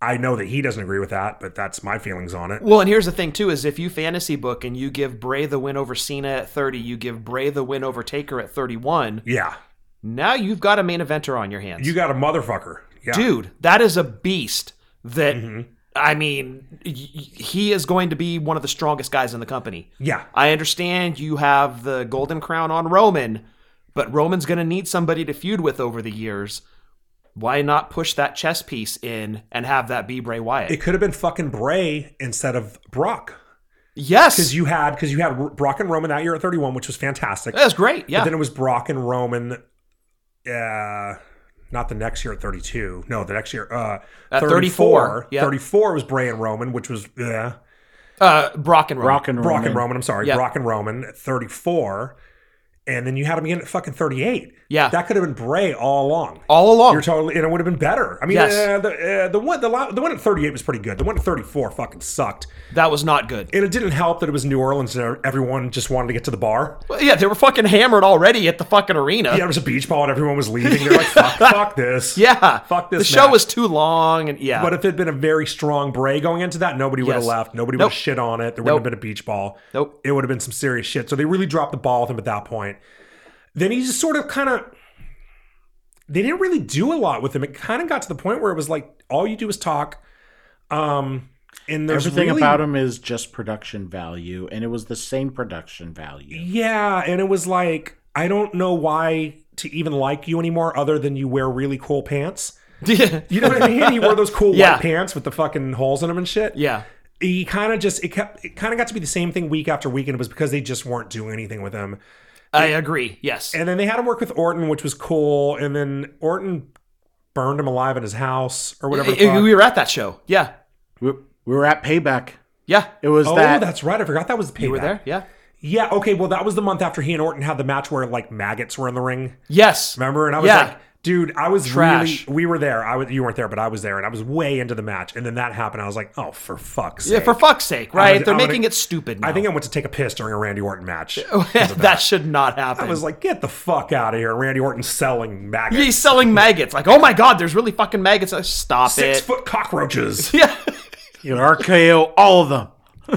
S6: I know that he doesn't agree with that, but that's my feelings on it.
S2: Well, and here's the thing too: is if you fantasy book and you give Bray the win over Cena at 30, you give Bray the win over Taker at 31.
S6: Yeah,
S2: Now you've got a main eventer on your hands,
S6: you got a motherfucker. Yeah,
S2: dude. That is a beast. That
S6: Mm-hmm.
S2: I mean, y- y- he is going to be one of the strongest guys in the company.
S6: yeah,
S2: I understand you have the golden crown on Roman, but Roman's going to need somebody to feud with over the years. Why not push that chess piece in and have that be Bray Wyatt?
S6: it could have been fucking Bray instead of Brock because
S2: yes,
S6: you had because you had Brock and Roman that year at thirty one, which was fantastic.
S2: that's great.
S6: But
S2: Yeah,
S6: then it was Brock and Roman. Uh, not the next year at 32. No, the next year. Uh,
S2: At
S6: 34.
S2: 34, yeah.
S6: 34 was Bray and Roman, which was yeah.
S2: uh, Brock and Roman.
S5: Brock and
S6: Brock
S5: Roman.
S6: and Roman. I'm sorry,
S2: Yeah.
S6: Brock and Roman at 34. And then you had him again at fucking 38.
S2: Yeah.
S6: That could have been Bray all along.
S2: all along.
S6: You're totally, and it would have been better. I mean,
S2: Yes.
S6: uh, the uh, the one the, lo- the one at 38 was pretty good. The one at 34 fucking sucked,
S2: that was not good.
S6: and it didn't help that it was New Orleans and everyone just wanted to get to the bar.
S2: Well, yeah, they were fucking hammered already at the fucking arena.
S6: Yeah, it was a beach ball and everyone was leaving. They're like, fuck, fuck this.
S2: Yeah.
S6: Fuck this
S2: The show
S6: match.
S2: was too long, and yeah,
S6: But if it had been a very strong Bray going into that, nobody would have
S2: Yes.
S6: left. Nobody
S2: Nope.
S6: would have shit on it. There
S2: Nope.
S6: wouldn't have been a beach ball.
S2: Nope.
S6: It would have been some serious shit. So they really dropped the ball with him at that point. Then he just sort of kind of. They didn't really do a lot with him. It kind of got to the point where it was like all you do is talk. Um, And there's
S5: Everything
S6: really-
S5: about him is just production value, and it was the same production value.
S6: Yeah, and it was like I don't know why to even like you anymore, other than you wear really cool pants.
S2: yeah.
S6: You know what I mean? You wore those cool
S2: Yeah.
S6: white pants with the fucking holes in them and shit.
S2: Yeah.
S6: He kind of just it kept it kind of got to be the same thing week after week, and it was because they just weren't doing anything with him.
S2: I agree. Yes.
S6: And then they had him work with Orton, which was cool. And then Orton burned him alive in his house or whatever. the
S2: I- I-
S6: fuck.
S2: we were at that show. Yeah.
S5: We, we were at Payback.
S2: Yeah.
S5: It was
S6: oh,
S5: that.
S6: that's right. I forgot that was payback.
S2: You were there? Yeah.
S6: Yeah. Okay. Well, that was the month after he and Orton had the match where like maggots were in the ring.
S2: Yes.
S6: Remember? And I was
S2: Yeah.
S6: like, dude, I was
S2: Trash.
S6: really we were there. I was you weren't there, but I was there and I was way into the match. And then that happened. I was like, oh for fuck's sake.
S2: Yeah, for fuck's sake, right?
S6: gonna-
S2: They're
S6: I'm gonna-
S2: making it stupid now.
S6: I think I went to take a piss during a Randy Orton match.
S2: that should not happen.
S6: I was like, get the fuck out of here. Randy Orton selling maggots.
S2: He's selling maggots. Like, oh my god, there's really fucking maggots. Like, Stop
S6: Six
S2: it.
S6: foot cockroaches.
S2: yeah.
S5: You RKO all of them.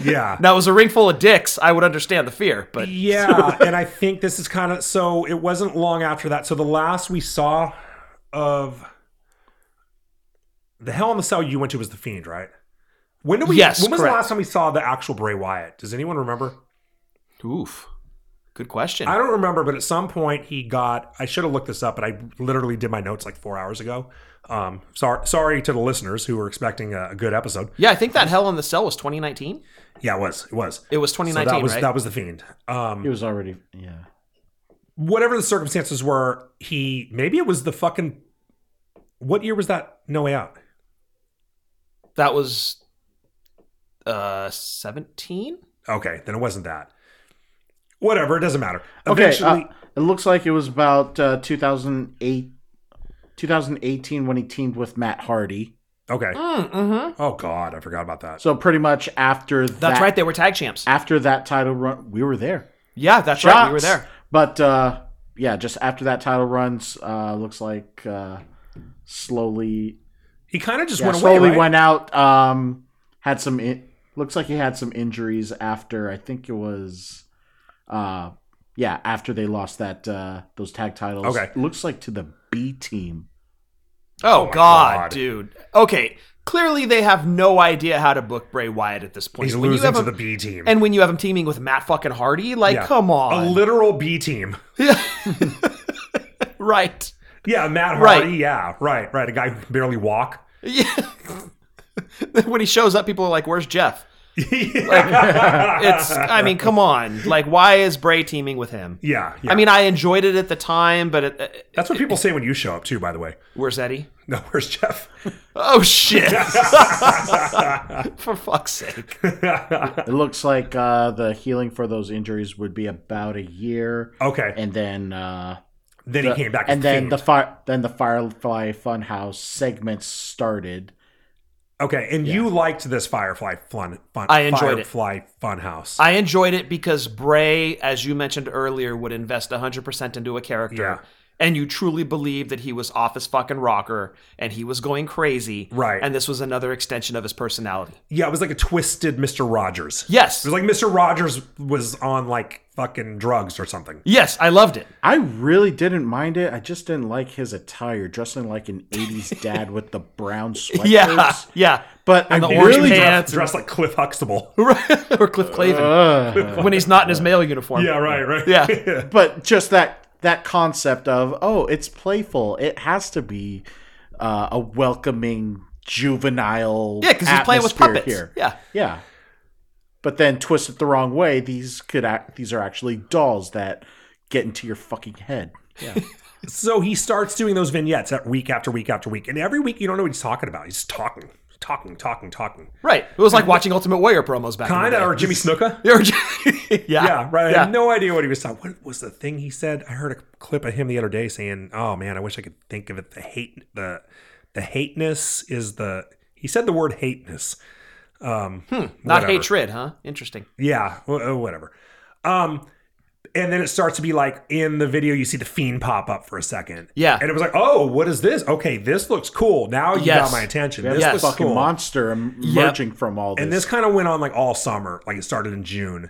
S6: yeah.
S2: Now it was a ring full of dicks. I would understand the fear, but
S6: Yeah, and I think this is kind of so. It wasn't long after that. So the last we saw of the Hell in the Cell you went to was the Fiend, right? When did we?
S2: Yes,
S6: When was
S2: correct.
S6: the last time we saw the actual Bray Wyatt? Does anyone remember?
S2: oof. Good question.
S6: I don't remember, but at some point he got. I should have looked this up, but I literally did my notes like four hours ago. Um, sorry, sorry to the listeners who were expecting a, a good episode.
S2: yeah, I think that Hell in the Cell was 2019.
S6: Yeah, it was. It was.
S2: It was
S6: So
S2: 2019,
S6: that was
S2: right?
S6: that was the Fiend. Um,
S5: He was already. Yeah.
S6: whatever the circumstances were, he maybe it was the fucking what year was that No Way Out?
S2: that was uh 17.
S6: Okay, then it wasn't that. Whatever, it doesn't matter.
S5: Okay.
S6: Eventually,
S5: uh, it looks like it was about uh, 2008, 2018 when he teamed with Matt Hardy.
S6: okay.
S2: Mm-hmm.
S6: Oh god, I forgot about that.
S5: So pretty much after that.
S2: That's right. They were tag champs.
S5: After that title run, we were there.
S2: Yeah, that's right. We were
S5: Shots.
S2: there.
S5: But uh, yeah, just after that title runs, uh, looks like uh, slowly
S6: He kind of just
S5: yeah,
S6: went away.
S5: slowly
S6: right?
S5: went out. Um, had some. In- looks like he had some injuries after. I think it was. Uh, yeah, after they lost that uh, those tag titles.
S6: Okay.
S5: Looks like to the B team.
S2: Oh,
S6: my
S2: god,
S6: God.
S2: dude. Okay, clearly they have no idea how to book Bray Wyatt at this point.
S6: He's
S2: When you
S6: losing
S2: have
S6: to
S2: him-
S6: the B team.
S2: And when you have him teaming with Matt fucking Hardy, like,
S6: Yeah.
S2: come on.
S6: a literal B team.
S2: right.
S6: Yeah, Matt
S2: Right.
S6: Hardy. Yeah, right, right. A guy who can barely walk.
S2: Yeah. when he shows up, people are like, where's Jeff? It's, I mean, come on. Like, why is Bray teaming with him?
S6: Yeah, yeah.
S2: I mean, I enjoyed it at the time, but it, uh,
S6: that's what people say when you show up too. By the way,
S2: where's Eddie?
S6: no, where's Jeff?
S2: Oh, shit. For fuck's sake.
S5: It looks like uh, the healing for those injuries would be about a year,
S6: Okay,
S5: and then uh,
S6: then he came back.
S5: and
S6: as
S5: then
S6: Fiend.
S5: the fire, then the Firefly Funhouse segment started.
S6: Okay, and you liked this Firefly Fun? fun
S2: I enjoyed it.
S6: Firefly it. Funhouse.
S2: I enjoyed it because Bray, as you mentioned earlier, would invest 100% into a character.
S6: Yeah.
S2: And you truly believed that he was off his fucking rocker and he was going crazy.
S6: Right.
S2: And this was another extension of his personality.
S6: yeah, it was like a twisted Mr. Rogers.
S2: Yes.
S6: it was like Mr. Rogers was on like fucking drugs or something.
S2: yes, I loved it.
S5: I really didn't mind it. I just didn't like his attire, dressing like an '80s dad with the brown sweaters.
S2: Yeah. Yeah.
S5: but I
S2: the orange
S5: really
S2: pants.
S6: Dressed, dressed like Cliff Huxtable.
S2: or Cliff Clavin
S5: Uh.
S2: when he's not in his male uniform.
S6: yeah, right, right.
S2: Yeah.
S5: but just that that concept of oh it's playful it has to be uh, a welcoming juvenile
S2: Yeah, because he's playing with
S5: atmosphere
S2: puppets.
S5: here
S2: Yeah.
S5: yeah but then twist it the wrong way these could act these are actually dolls that get into your fucking head
S6: So he starts doing those vignettes at week after week after week, and every week you don't know what he's talking about. He's talking, talking, talking, talking.
S2: Right. It was like watching Ultimate Warrior promos back in
S6: Kind
S2: the
S6: of
S2: day.
S6: or Jimmy Snuka.
S2: They were ju- yeah.
S6: Yeah, right. I
S2: Yeah.
S6: had no idea what he was talking. What was the thing he said? I heard a clip of him the other day saying, "Oh man, I wish I could think of it. The hate, the the hateness is the." He said the word hateness.
S2: Not
S6: whatever.
S2: hatred, huh? Interesting.
S6: Yeah, wh- uh, whatever. Um, and then it starts to be like in the video, you see the fiend pop up for a second.
S2: Yeah.
S6: and it was like, "Oh, what is this? Okay, this looks cool. Now you
S2: Yes.
S6: got my attention.
S5: That's
S6: This
S5: the
S2: Yes.
S6: looks
S5: fucking
S6: cool."
S5: monster em-
S2: Yep.
S5: emerging from all this
S6: And this kind of went on like all summer. Like it started in June,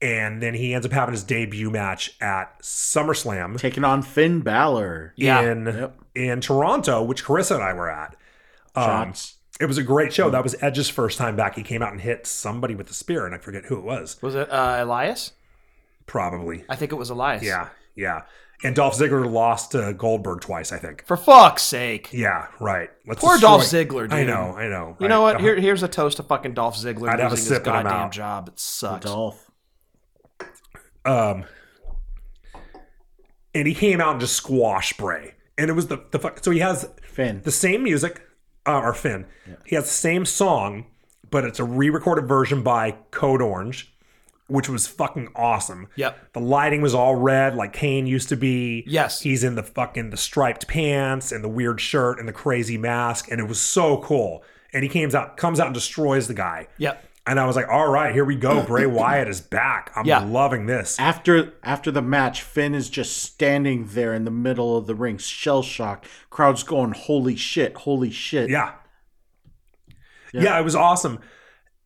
S6: and then he ends up having his debut match at SummerSlam.
S5: taking on Finn Balor
S2: Yeah.
S6: in
S5: Yep.
S2: Um,
S6: in Toronto, which Carissa and I were at.
S5: shots
S6: It was a great
S2: Mm.
S6: show. That was Edge's first time back. He came out and hit somebody with a spear, and I forget who it was.
S2: Was it uh, Elias?
S6: Probably.
S2: I think it was Elias.
S6: Yeah, yeah. And Dolph Ziggler lost to Goldberg twice, I think.
S2: For fuck's sake.
S6: Yeah, right. Let's
S2: Poor Dolph Ziggler, dude.
S6: I know, I know.
S2: You know what? Here, here's a toast to fucking Dolph Ziggler
S6: uh-huh. I'd have a
S2: losing his
S6: sip and I'm
S2: goddamn
S6: out.
S2: job. It sucks.
S5: Dolph.
S6: um, and he came out and just squashed Bray, and it was the the fuck. So he has
S5: Finn.
S6: the same music, uh, or Finn. He has the same song, but it's a re-recorded version by Code Orange, which was fucking awesome.
S2: Yep.
S6: The lighting was all red, like Kane used to be.
S2: Yes.
S6: He's in the fucking the striped pants and the weird shirt and the crazy mask, and it was so cool. And he comes out, comes out and destroys the guy.
S2: Yep.
S6: And I was like, all right, here we go. Bray Wyatt is back. I'm
S2: Yeah.
S6: loving this.
S5: After after the match, Finn is just standing there in the middle of the ring, shell shocked. Crowd's going, "Holy shit! Holy shit!"
S6: Yeah. yeah. it was awesome.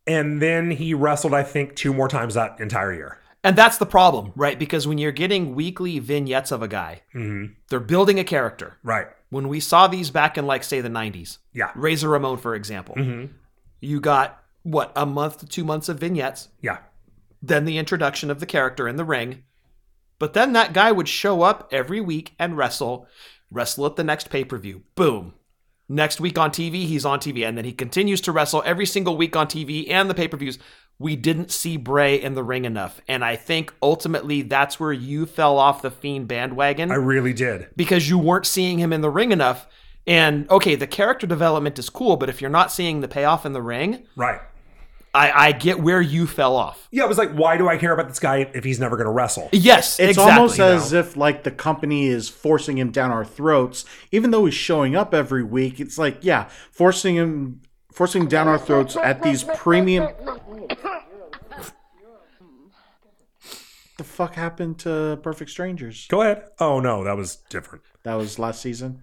S6: And then he wrestled, I think, two more times that entire year.
S2: And that's the problem, right? Because when you're getting weekly vignettes of a guy,
S6: Mm-hmm.
S2: they're building a character.
S6: Right.
S2: When we saw these back in, like, say, the 90s,
S6: Yeah.
S2: Razor Ramon, for example,
S6: Mm-hmm.
S2: you got what, a month to two months of vignettes,
S6: Yeah.
S2: then the introduction of the character in the ring. But then that guy would show up every week and wrestle, wrestle at the next pay per view. Boom. Next week on TV, he's on TV. And then he continues to wrestle every single week on TV and the pay per views. We didn't see Bray in the ring enough. And I think ultimately that's where you fell off the Fiend bandwagon
S6: I really did.
S2: because you weren't seeing him in the ring enough. And okay, the character development is cool, but if you're not seeing the payoff in the ring,
S6: Right.
S2: I, I get where you fell off.
S6: Yeah, it was like, why do I care about this guy if he's never going to wrestle?
S2: Yes,
S5: It's
S2: exactly.
S5: almost as if like the company is forcing him down our throats, even though he's showing up every week. It's like, yeah, forcing him, forcing down our throats at these premium. the fuck happened to Perfect Strangers?
S6: Go ahead. Oh, no, that was different.
S5: That was last season.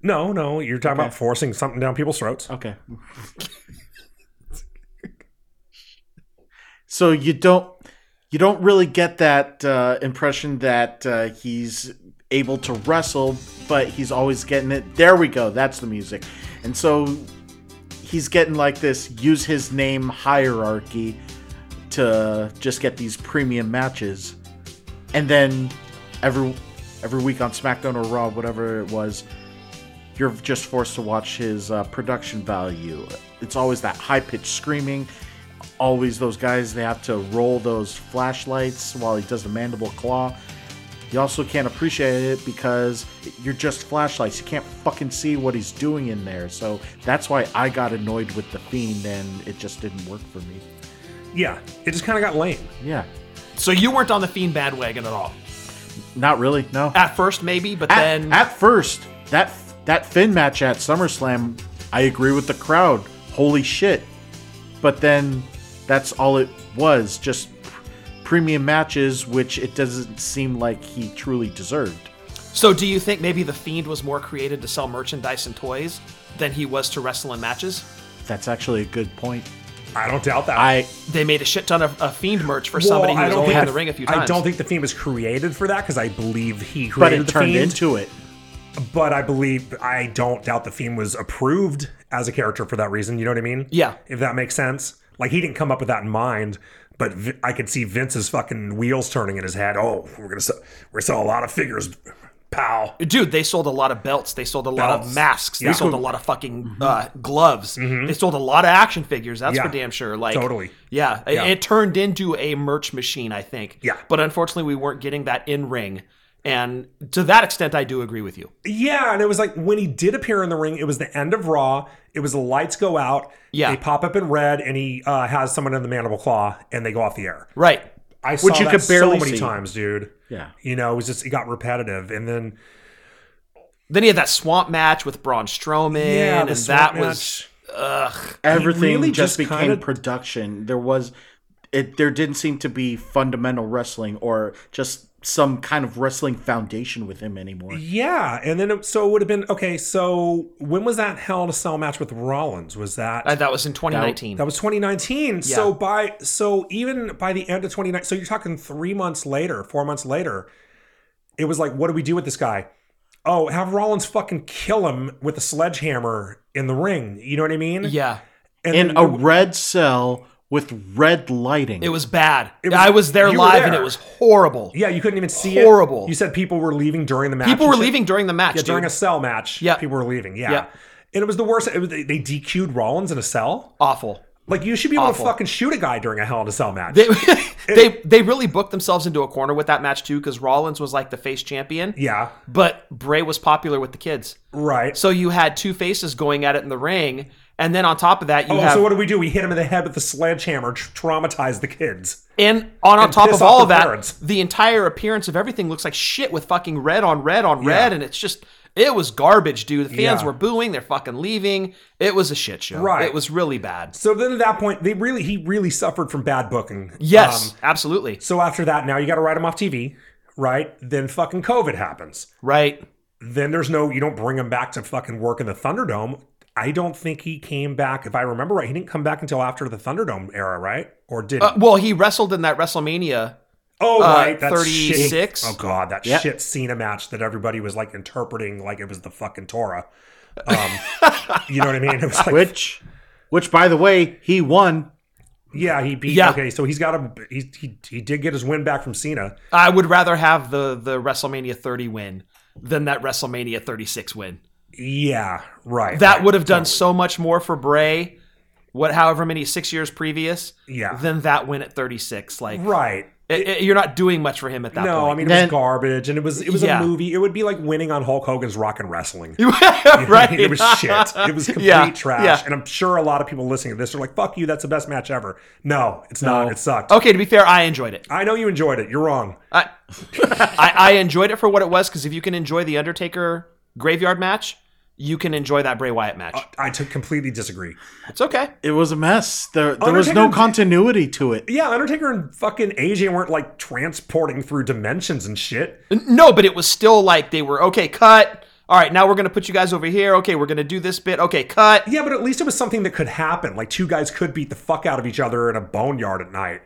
S6: No, no, you're talking about forcing something down people's throats.
S5: Okay. so you don't you don't really get that uh, impression that uh, he's able to wrestle, but he's always getting it. There we go. That's the music, and so he's getting like this use his name hierarchy to just get these premium matches, and then every every week on SmackDown or Raw, whatever it was, you're just forced to watch his uh, production value. It's always that high pitched screaming. Always those guys, they have to roll those flashlights while he does the mandible claw. You also can't appreciate it because you're just flashlights. You can't fucking see what he's doing in there. So that's why I got annoyed with The Fiend and it just didn't work for me.
S6: Yeah, it just kind of got lame.
S5: Yeah.
S2: So you weren't on the Fiend bandwagon at all.
S5: Not really, no.
S2: At first, maybe, but
S5: At,
S2: then
S5: at first, that that Finn match at SummerSlam, I agree with the crowd. Holy shit! But then, that's all it was. Just pr- premium matches, which it doesn't seem like he truly deserved.
S2: so do you think maybe the Fiend was more created to sell merchandise and toys than he was to wrestle in matches?
S5: That's actually a good point.
S6: I don't doubt that.
S5: I
S2: They made a shit ton of, of Fiend merch for
S6: Well,
S2: somebody who
S6: I
S2: was
S6: don't
S2: only
S6: think-
S2: in the ring a few times.
S6: I don't think the Fiend was created for that because I believe he created
S5: but it
S6: the
S5: turned
S6: Fiend,
S5: into it.
S6: But I believe I don't doubt the Fiend was approved as a character for that reason. You know what I mean?
S2: Yeah.
S6: If that makes sense, like he didn't come up with that in mind, but v- I could see Vince's fucking wheels turning in his head. Oh, we're gonna sell, we're gonna sell a lot of figures, pal.
S2: Dude, they sold a lot of belts. They sold a lot of
S6: Belts.
S2: masks. They
S6: Yeah.
S2: sold a lot of fucking uh, gloves. They sold a lot of action figures. That's
S6: Mm-hmm. Yeah.
S2: for damn sure. Like
S6: Totally.
S2: yeah, it-
S6: Yeah.
S2: It, turned into a merch machine. I think.
S6: Yeah.
S2: But unfortunately, we weren't getting that in ring, and to that extent, I do agree with you.
S6: Yeah, and it was like when he did appear in the ring, it was the end of Raw. It was the lights go out.
S2: Yeah.
S6: They pop up in red, and he uh, has someone in the mandible claw, and they go off the air.
S2: Right.
S6: I saw
S5: you
S6: that
S5: could barely
S6: so many
S5: see.
S6: times, dude.
S5: Yeah.
S6: You know, it was just it got repetitive, and then
S2: Then he had that swamp match with Braun Strowman,
S6: yeah, the
S2: and
S6: swamp
S2: that was ugh.
S5: Everything
S6: really
S5: just,
S6: just
S5: became
S6: kinda-
S5: production. There was it. There didn't seem to be fundamental wrestling or just some kind of wrestling foundation with him anymore.
S6: match- yeah, and then it, so it would have been okay. So when was that Hell in a Cell match with Rollins? Was that
S2: Uh, That was in 2019.
S6: that was 2019? So by so even by the end of 2019, so you're talking three months later, four months later, it was like, what do we do with this guy? oh, have Rollins fucking kill him with a sledgehammer in the ring. You know what I mean?
S2: Yeah.
S6: And
S5: in
S6: then
S5: a
S6: the-
S5: red cell with red lighting.
S2: It was bad.
S6: was-
S2: I was there
S6: you were
S2: live and
S6: there.
S2: it was horrible.
S6: yeah, you couldn't even see it.
S2: Horrible.
S6: You said people were leaving during the match.
S2: People
S6: and
S2: were
S6: shit.
S2: leaving during the match,
S6: Yeah,
S2: dude.
S6: during a cell match.
S2: Yeah.
S6: people were leaving. Yeah.
S2: Yeah.
S6: And it was the worst. It was, they, they DQ'd Rollins in a cell.
S2: Awful.
S6: Like you should be able
S2: Awful.
S6: to fucking shoot a guy during a Hell in a Cell match.
S2: They, they they really booked themselves into a corner with that match too because Rollins was like the face champion,
S6: yeah,
S2: but Bray was popular with the kids.
S6: right.
S2: So you had two faces going at it in the ring, and then on top of that, you
S6: Oh,
S2: have
S6: so what do we do? We hit him in the head with a sledgehammer, tr- traumatize the kids.
S2: and on, on top
S6: piss
S2: of
S6: off
S2: all
S6: the
S2: of that,
S6: parents.
S2: the entire appearance of everything looks like shit with fucking red on red on red, and it's just it was garbage, dude. The fans
S6: Yeah.
S2: were booing, they're fucking leaving. It was a shit show.
S6: Right.
S2: It was really bad.
S6: So then at that point, they really he really suffered from bad booking.
S2: Yes,
S6: Um,
S2: absolutely.
S6: so after that, now you got to write him off TV, right? Then fucking COVID happens.
S2: Right.
S6: Then there's no you don't bring him back to fucking work in the Thunderdome. I don't think he came back. If I remember right, he didn't come back until after the Thunderdome era, right? Or did? he?
S2: Uh, well, he wrestled in that WrestleMania
S6: oh,
S2: uh,
S6: right, that's
S2: 36.
S6: Shit. Oh god, that
S5: Yeah.
S6: shit Cena match that everybody was like interpreting like it was the fucking Torah. Um, you know what I mean? It was like
S5: which, which by the way, he won.
S6: Yeah, he beat.
S2: Yeah.
S6: Okay, so he's got a he, he he did get his win back from Cena.
S2: I would rather have the the WrestleMania 30 win than that WrestleMania 36 win.
S6: Yeah, right.
S2: That would have done so much more for Bray. What, however many six years previous,
S6: Yeah.
S2: than that win at 36. Like,
S6: right.
S2: it- it- you're not doing much for him at that
S6: No, I
S2: point.
S6: mean it
S5: Then-
S6: was garbage, and it was it was
S2: Yeah.
S6: a movie. It would be like winning on Hulk Hogan's Rock and Wrestling.
S2: right?
S6: it was shit. It was complete
S2: Yeah,
S6: trash.
S2: yeah.
S6: And I'm sure a lot of people listening to this are like, "Fuck you, that's the best match ever." No, it's not. It sucked.
S2: Okay, to be fair, I enjoyed it.
S6: I know you enjoyed it. You're wrong.
S2: I, I, I enjoyed it for what it was because if you can enjoy the Undertaker graveyard match, you can enjoy that Bray Wyatt match.
S6: I t- completely disagree.
S2: it's okay.
S5: It was a mess. There, there was no
S6: Undertaker-
S5: continuity to it.
S6: Yeah, Undertaker and fucking AJ weren't like transporting through dimensions and shit.
S2: No, but it was still like they were okay. Cut. All right, now we're gonna put you guys over here. Okay, we're gonna do this bit. Okay, cut.
S6: Yeah, but at least it was something that could happen. Like two guys could beat the fuck out of each other in a boneyard at night.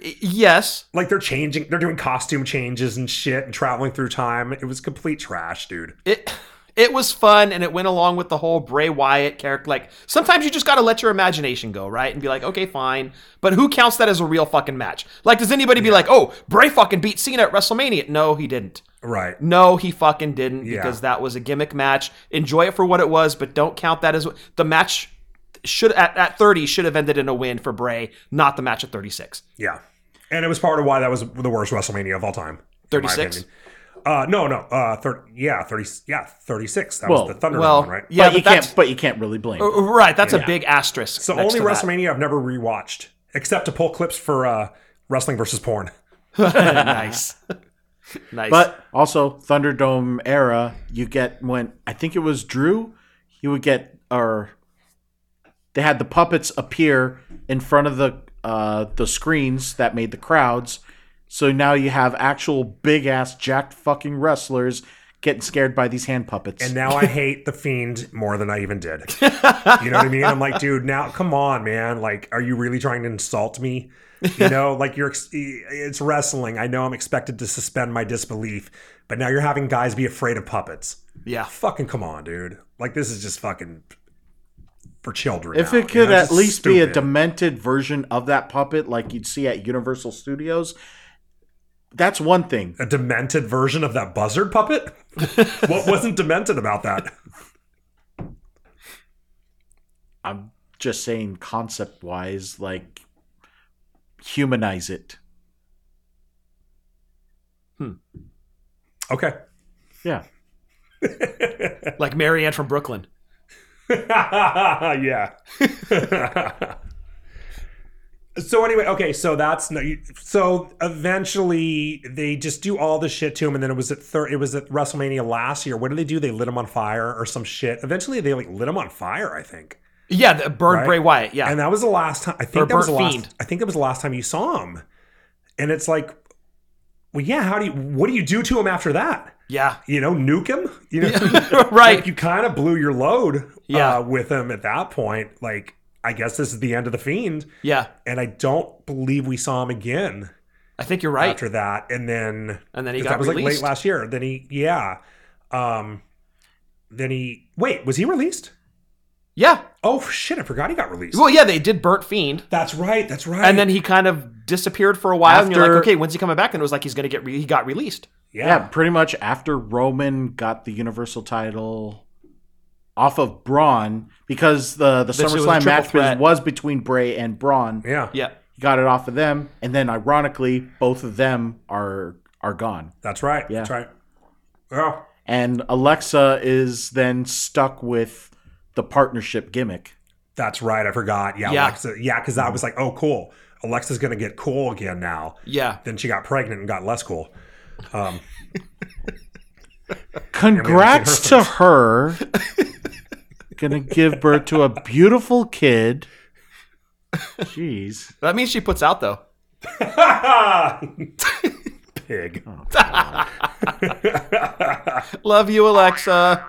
S2: Y- Yes,
S6: Like they're changing, they're doing costume changes and shit and traveling through time. It was complete trash, dude.
S2: it it was fun and it went along with the whole Bray Wyatt character. Like sometimes you just gotta let your imagination go, right? And be like, okay, fine. But who counts that as a real fucking match? Like, does anybody be like, oh, Bray fucking beat Cena at WrestleMania? No, he didn't.
S6: Right.
S2: No, he fucking didn't
S6: Yeah.
S2: because that was a gimmick match. Enjoy it for what it was, but don't count that as the match should at, at 30 should have ended in a win for Bray, not the match at 36.
S6: Yeah. And it was part of why that was the worst WrestleMania of all time. in my
S2: 36?
S6: opinion. Uh, no, no. Uh, thir- yeah, thirty. Yeah, thirty-six. That
S5: Well,
S6: was the Thunderdome,
S2: Well,
S6: one, right?
S2: yeah,
S5: but you
S2: that's- Oh,
S5: can't. But you can't really blame. them.
S2: Right, that's a big asterisk.
S6: So
S2: next
S6: only
S2: to that.
S6: WrestleMania I've never rewatched, except to pull clips for uh, wrestling versus porn.
S2: nice, nice.
S5: But also Thunderdome era, you get when I think it was Drew, you would get or they had the puppets appear in front of the uh, the screens that made the crowds. So now you have actual big ass jacked fucking wrestlers getting scared by these hand puppets.
S6: And now I hate the fiend more than I even did. You know what I mean? I'm like, dude, now come on, man. Like, are you really trying to insult me? You know, like you're ex- e, it's wrestling. I know I'm expected to suspend my disbelief, but now you're having guys be afraid of puppets.
S2: yeah,
S6: Fucking come on, dude. Like this is just fucking for children.
S5: if
S6: now,
S5: it could
S6: you know? This
S5: at
S6: is
S5: least be a
S6: stupid.
S5: demented version of that puppet like you'd see at Universal Studios, that's one thing.
S6: a demented version of that buzzard puppet? what wasn't demented about that?
S5: I'm just saying concept wise, like humanize it.
S6: Okay.
S5: Yeah.
S2: like Marianne from Brooklyn.
S6: yeah. so anyway, okay, so that's no. you- So eventually, they just do all this shit to him, and then it was at thir- it was at WrestleMania last year. What did they do? They lit him on fire or some shit. Eventually, they like lit him on fire. I think,
S2: Yeah, the burn
S6: Right?
S2: Bray Wyatt. Yeah,
S6: and that was the last time. I
S2: Or
S6: think that was the
S2: Burnt
S6: last.
S2: Fiend.
S6: I think that was the last time you saw him. And it's like, well, yeah. How do you? What do you do to him after that?
S2: yeah,
S6: You know, nuke him. You know,
S2: right.
S6: like you kind of blew your load
S2: Yeah.
S6: uh, with him at that point. Like, I guess this is the end of the fiend.
S2: yeah,
S6: And I don't believe we saw him again
S2: I think you're right.
S6: after that. And then
S2: And then he
S6: 'cause
S2: got
S6: that was like
S2: released.
S6: late last year. Then he yeah. Um, then he wait, was he released?
S2: Yeah.
S6: Oh shit, I forgot he got released.
S2: Well, yeah, they did Burnt Fiend,
S6: That's right. That's right.
S2: and then he kind of disappeared for a while, and you're
S5: After-
S2: like, okay, when's he coming back? And it was like he's gonna get re- he got released.
S6: yeah.
S5: Yeah. pretty much after Roman got the Universal title off of Braun because the the
S2: This was a
S5: SummerSlam
S2: triple
S5: match was,
S2: threat.
S5: was between Bray and Braun.
S6: Yeah,
S2: Yeah.
S5: He got it off of them, and then ironically, both of them are are gone.
S6: that's right.
S5: Yeah.
S6: That's right. Oh,
S5: And Alexa is then stuck with the partnership gimmick.
S6: that's right. I forgot. Yeah,
S2: Yeah.
S6: Alexa. Yeah, because that was like, oh, cool. Alexa's gonna get cool again now.
S2: Yeah.
S6: Then she got pregnant and got less cool. Um,
S5: Congrats to her. Gonna give birth to a beautiful kid. Jeez.
S2: That means she puts out though.
S6: pig.
S2: Love you, Alexa.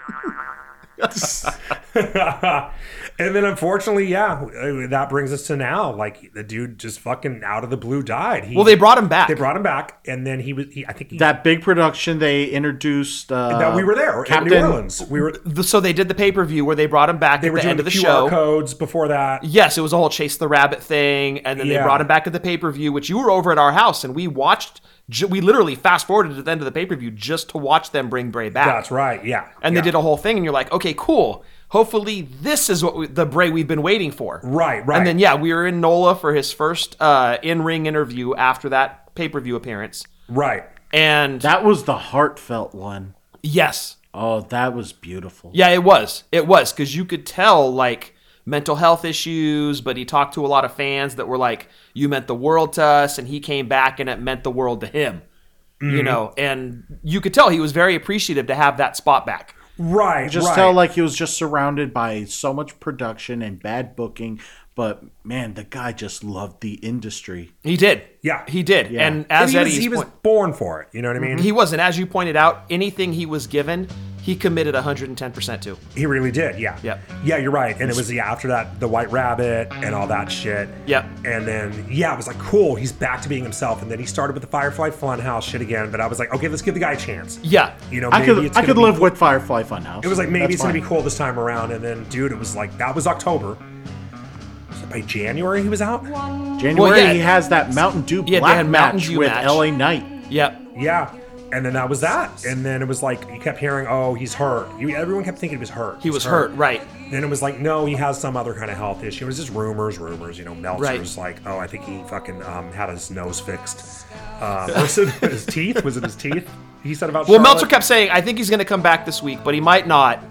S6: and then unfortunately, yeah, uh, that brings us to now. Like the dude just fucking out of the blue died. He,
S2: Well, they brought him back.
S6: they brought him back, and then he was. He, I think he,
S5: That big production they introduced. Uh,
S6: that we were there in
S5: Captain-
S6: New Orleans. We were.
S2: The- so they did the pay per view where they brought him back
S6: They
S2: at
S6: were
S2: the
S6: doing
S2: end
S6: the,
S2: of the
S6: QR
S2: show.
S6: codes before that.
S2: Yes, it was a whole chase the rabbit thing, and then
S6: Yeah.
S2: they brought him back at the pay per view, which you were over at our house, and we watched. Ju- we literally fast forwarded to the end of the pay per view just to watch them bring Bray back.
S6: That's right. Yeah.
S2: and
S6: yeah.
S2: they did a whole thing, and you're like, okay, cool. Hopefully, this is what we, the Bray we've been waiting for.
S6: Right. Right.
S2: And then yeah, we were in NOLA for his first uh, in ring interview after that pay per view appearance,
S6: Right.
S2: and
S5: That was the heartfelt one.
S2: yes,
S5: Oh, that was beautiful.
S2: Yeah, it was. It was because you could tell like mental health issues, but he talked to a lot of fans that were like, "You meant the world to us," and he came back and it meant the world to him.
S6: Mm-hmm.
S2: You know, and you could tell he was very appreciative to have that spot back.
S6: Right.
S5: Just
S6: right.
S5: tell like he was just surrounded by so much production and bad booking, but man, the guy just loved the industry.
S2: He did.
S6: Yeah.
S2: he did.
S5: Yeah.
S2: And
S6: And
S2: as
S6: he was,
S2: Eddie's
S6: he was
S2: point- Mm-hmm.
S6: born for it. You know what I mean?
S2: he wasn't. As you pointed out, anything he was given, he committed 110 percent to.
S6: He really did, yeah.
S2: Yep.
S6: Yeah, you're right. And it was yeah, after that, the White Rabbit and all that shit.
S2: Yep.
S6: And then yeah, it was like cool. He's back to being himself. And then he started with the Firefly Funhouse shit again. But I was like, okay, let's give the guy a chance.
S2: Yeah,
S6: You know,
S5: I
S6: maybe
S5: could
S6: it's
S5: I
S6: gonna
S5: could
S6: be
S5: live
S6: cool.
S5: with Firefly Funhouse.
S6: It was like maybe
S5: That's
S6: it's gonna be
S5: fine.
S6: cool this time around. And then dude, it was like that was October. Was it By January, he was out.
S5: January
S2: Well, yeah.
S5: he has that Mountain Dew
S2: Yeah, they
S5: black
S2: had
S5: match
S2: Mountain Dew
S5: with
S2: match.
S5: LA Knight.
S2: yeah.
S6: Yeah. And then that was that. And then it was like you kept hearing, oh, he's hurt. You, everyone kept thinking he was hurt.
S2: He was hurt. Right.
S6: Then it was like, no, he has some other kind of health issue. It was just rumors, rumors. You know, Meltzer's like, oh, I think he fucking um, had his nose fixed. Um, or was it his teeth? Was it his teeth? He said about
S2: Well,
S6: Charlotte?
S2: Meltzer kept saying, "I think he's going to come back this week, but he might not.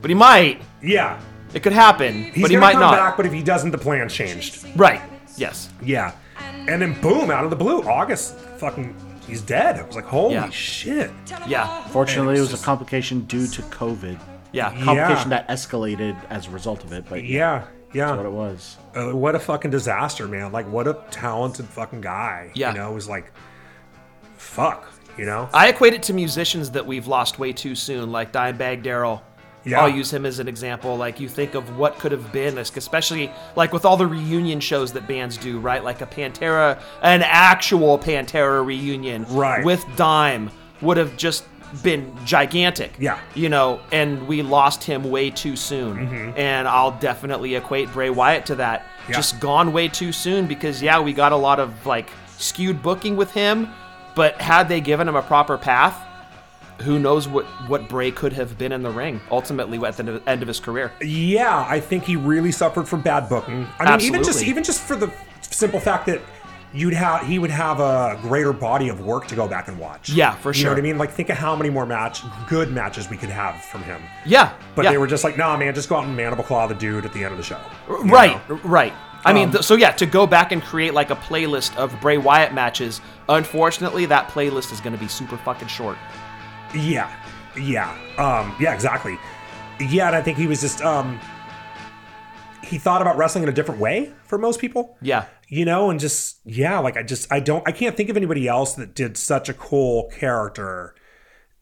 S2: But he might."
S6: Yeah,
S2: It could happen,
S6: he's
S2: but he
S6: gonna
S2: might
S6: come
S2: not.
S6: back. But if he doesn't, the plan changed.
S2: Right. Yes.
S6: Yeah, and then boom, out of the blue, August, fucking, he's dead. I was like, holy
S2: Yeah.
S6: shit.
S2: Yeah.
S5: Fortunately,
S6: And
S5: it
S6: it
S5: was
S6: was
S5: a complication due to COVID.
S2: Yeah.
S5: Complication that escalated as a result of it, but yeah.
S6: Yeah, yeah.
S5: what it was.
S6: uh, what a fucking disaster, man. Like, what a talented fucking guy.
S2: Yeah.
S6: You know, it was like, fuck, you know?
S2: I equate it to musicians that we've lost way too soon, like Dimebag Daryl.
S6: Yeah.
S2: I'll use him as an example. Like you think of what could have been, especially like with all the reunion shows that bands do, right? Like a Pantera, an actual Pantera reunion,
S6: Right.
S2: With Dime would have just been gigantic.
S6: Yeah.
S2: You know, and we lost him way too soon. And I'll definitely equate Bray Wyatt to that.
S6: Mm-hmm. Yeah.
S2: Just gone way too soon because yeah, we got a lot of like skewed booking with him, but had they given him a proper path, who knows what what Bray could have been in the ring ultimately at the end of his career.
S6: Yeah, I think he really suffered from bad booking. I mean, even just
S2: Absolutely.
S6: even just for the simple fact that you'd have he would have a greater body of work to go back and watch.
S2: Yeah, for
S6: You know
S2: sure.
S6: what I mean? Like, think of how many more match good matches we could have from him.
S2: Yeah.
S6: But
S2: yeah.
S6: they were just like, nah, man, just go out and mandible claw the dude at the end of the show. You
S2: right,
S6: know? Um,
S2: right. I mean, th- so yeah, to go back and create like a playlist of Bray Wyatt matches, unfortunately, that playlist is going to be super fucking short.
S6: Yeah, yeah, um, yeah, exactly. Yeah, and I think he was just um, he thought about wrestling in a different way for most people.
S2: Yeah.
S6: you know, and just yeah, like I just I don't I can't think of anybody else that did such a cool character,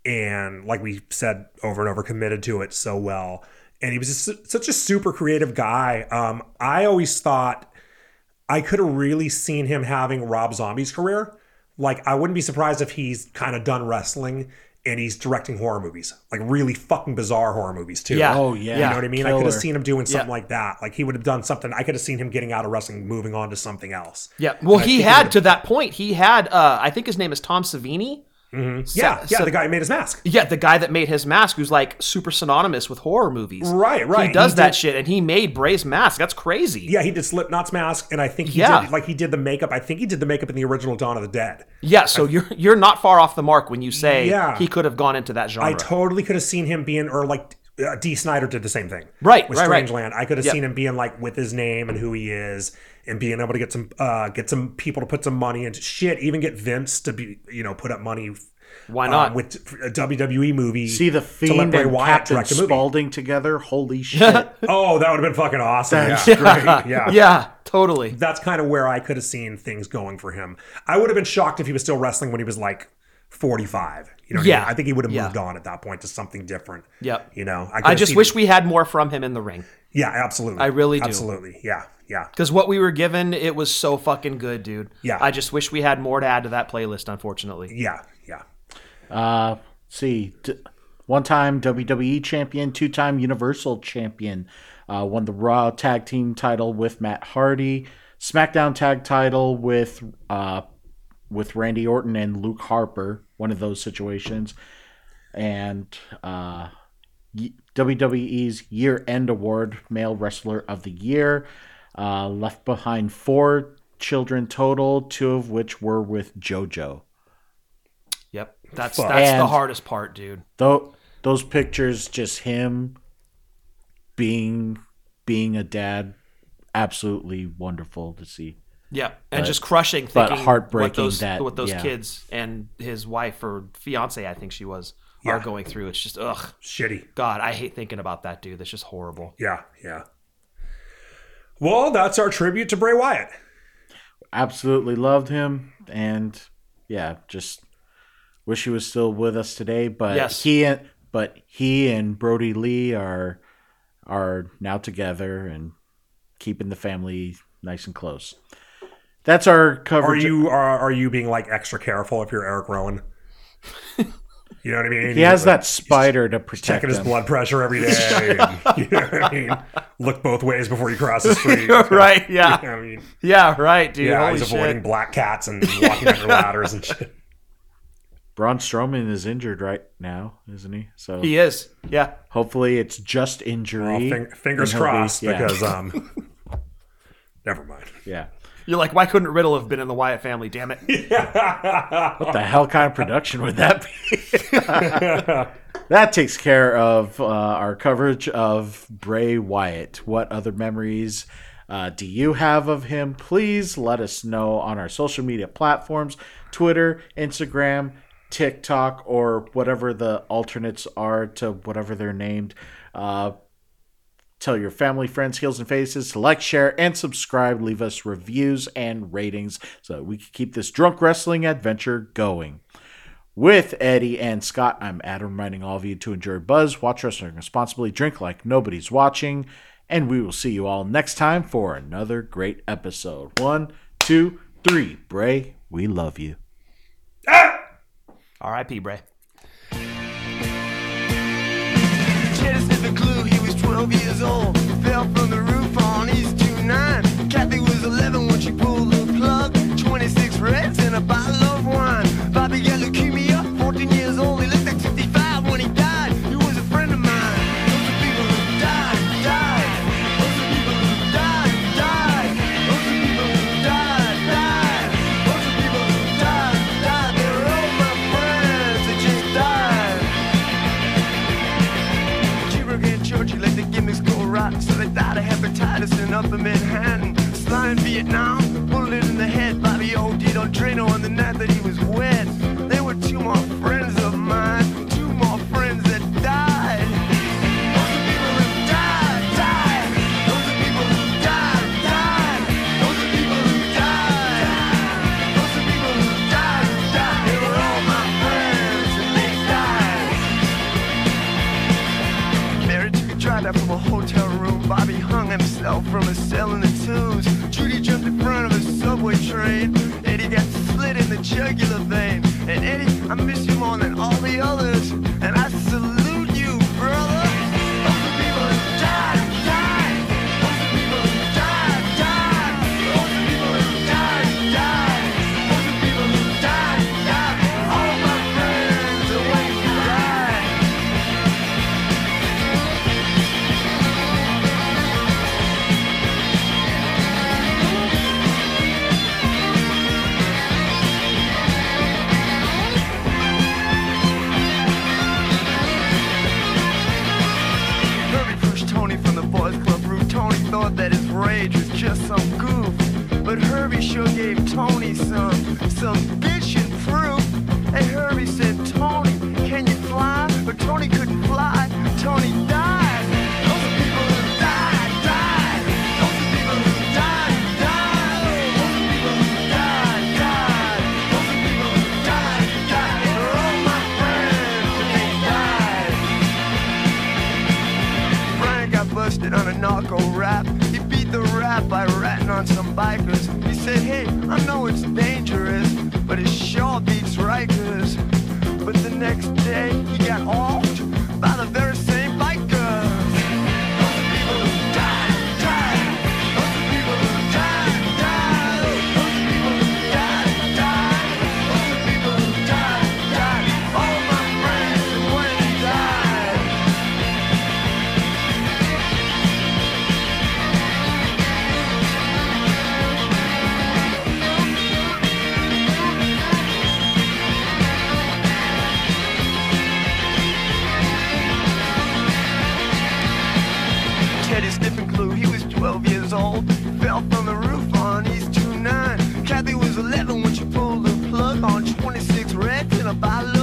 S6: and like we said over and over, committed to it so well. And he was just su- such a super creative guy. Um, I always thought I could have really seen him having Rob Zombie's career. Like, I wouldn't be surprised if he's kind of done wrestling and he's directing horror movies, like really fucking bizarre horror movies too.
S2: Yeah.
S5: Oh yeah.
S6: You know what I mean? I could
S5: Killer.
S6: have seen him doing something
S2: Yeah.
S6: like that. Like he would have done something. I could have seen him getting out of wrestling, moving on to something else.
S2: Yeah. Well,
S6: I
S2: he
S6: think
S2: had to that point. He had, uh, I think his name is Tom Savini.
S6: yeah, yeah.
S2: so-
S6: the guy who made his mask.
S2: Yeah, the guy that made his mask, who's like super synonymous with horror movies.
S6: Right, right.
S2: He does
S6: He
S2: that
S6: did-
S2: shit, and he made Bray's mask. That's crazy.
S6: Yeah, he did Slipknot's mask, and I think he
S2: Yeah.
S6: did like he did the makeup. I think he did the makeup in the original Dawn of the Dead.
S2: Yeah, so you're you're not far off the mark when you say
S6: Yeah.
S2: he could have gone into that genre.
S6: I totally could have seen him being, or like uh, D. Snyder did the same thing,
S2: Right,
S6: With
S2: right, right.
S6: Strangeland, I could have
S2: Yep.
S6: seen him being like with his name and who he is, and being able to get some, uh, get some people to put some money into shit, even get Vince to be, you know, put up money.
S2: Why
S6: um,
S2: not?
S6: with a WWE movie?
S5: See the
S6: to let
S5: fiend
S6: Bray
S5: and
S6: Wyatt
S5: Captain
S6: direct a movie.
S5: Spaulding together. Holy shit!
S6: Oh, that would have been fucking awesome.
S5: That's
S6: yeah. great. Yeah.
S2: yeah, totally.
S6: That's kind of where I could have seen things going for him. I would have been shocked if he was still wrestling when he was like 45. You know, what I mean?
S2: Yeah.
S6: I think he would have
S2: Yeah.
S6: moved on at that point to something different.
S2: Yep.
S6: You know, could
S2: I
S6: have
S2: just
S6: seen-
S2: wish we had more from him in the ring
S6: Yeah, absolutely.
S2: I really do.
S6: Absolutely. Yeah. Yeah.
S2: because what we were given, it was so fucking good, dude.
S6: Yeah.
S2: I just wish we had more to add to that playlist. Unfortunately,
S6: Yeah. Yeah.
S5: Uh, see, d- one-time WWE E champion, two-time Universal champion, uh, won the Raw tag team title with Matt Hardy, SmackDown tag title with uh, with Randy Orton and Luke Harper. One of those situations, and uh, y- WWE's year-end award, Male Wrestler of the Year. Uh, left behind four children total, two of which were with JoJo.
S2: yep. That's that's the
S5: And-
S2: hardest part, dude.
S5: Though those pictures, just him being being a dad, absolutely wonderful to see.
S2: Yeah, and just crushing,
S5: but
S2: thinking what
S5: heartbreaking
S2: those
S5: that-
S2: what those
S5: yeah.
S2: kids and his wife or fiance, I think she was, are going through. It's just ugh,
S6: Shitty.
S2: God, I hate thinking about that, dude. That's just horrible.
S6: Yeah. Yeah. Well, that's our tribute to Bray Wyatt.
S5: Absolutely loved him, and yeah, just wish he was still with us today. But
S2: Yes.
S5: he and but he and Brody Lee are are now together and keeping the family nice and close. That's our
S6: Are
S5: coverage.
S6: you uh, are, are you being like extra careful if you're Eric Rowan? You know what I mean?
S5: he has
S6: Like,
S5: that spider to protect
S6: checking his
S5: him.
S6: blood pressure every day. you know what I mean? Look both ways before you cross the street.
S2: right? Yeah.
S6: I mean,
S2: Yeah. Right, dude.
S6: yeah,
S2: Holy
S6: he's
S2: shit.
S6: avoiding black cats and walking under ladders and shit.
S5: Braun Strowman is injured right now, isn't he? So
S2: He is. Yeah.
S5: hopefully it's just
S6: Well,
S5: injury.
S6: fing- fingers
S5: and he'll be-
S6: crossed
S5: yeah,
S6: because um, never mind.
S5: yeah.
S2: You're like, why couldn't Riddle have been in the Wyatt family? Damn it.
S5: What the hell kind of production would that be? that takes care of uh, our coverage of Bray Wyatt. What other memories uh, do you have of him? Please let us know on our social media platforms: Twitter, Instagram, TikTok, or whatever the alternates are to whatever they're named. Uh, Tell your family, friends, heels, and faces to like, share, and subscribe. Leave us reviews and ratings so that we can keep this drunk wrestling adventure going. With Eddie and Scott, I'm Adam reminding all of you to enjoy Buzz, watch wrestling responsibly, drink like nobody's watching, and we will see you all next time for another great episode. One, two, three. Bray, we love you.
S2: R.I.P. Bray.
S7: Dennis is the clue, he was 12 years old. Fell from the roof on East 29. Kathy was 11 when she pulled the plug. 26 reds and a bottle of wine. Bobby got leukemia, 14 years old. He looked like 65 when he died. He was a friend of mine. Those are people who died, died. Those are people who died, died. Those are people who died, died. Those are people who died, died. They were all my friends that just died. Cheaper and Georgie let the gimmicks go rotten, so they died of hepatitis in Upper Manhattan. Sly in Vietnam, bullet in the head. Bobby OD'd on Drano on the night that he was wet. They were two more friends of mine, two more friends that died. Those are people who died, died. Those are people who died, died. Those are people who died. Those are people who died, died. They were all my friends, and they died. Married to a dried out from a hotel room. Bobby hung himself from a cell in the tombs. Judy jumped in front of a subway train. Eddie got slit in the jugular vein. And Eddie, I miss you more than all the others. some bitchin' proof. And Herbie said, Tony, can you fly? But Tony couldn't fly. Tony died. Those are people who died, died. Those are people who died, died. Those are people who died, died. Those are people who died, died. They're all my friends, and they died. Brian got busted on a narco rap. He beat the rap by ratting on some bikers. He said, hey, I know it's dangerous, but it sure beats Rikers. But the next day, he got offed by the very same bikers. Those are people who died, died. Those are people who died, died. Those are people who died, died. Those are people who died, died. All my friends, and when he died. Teddy Stiff and Glue, he was 12 years old. Fell from the roof on East 29. Kathy was 11 when she pulled the plug on 26 Reds and a bottle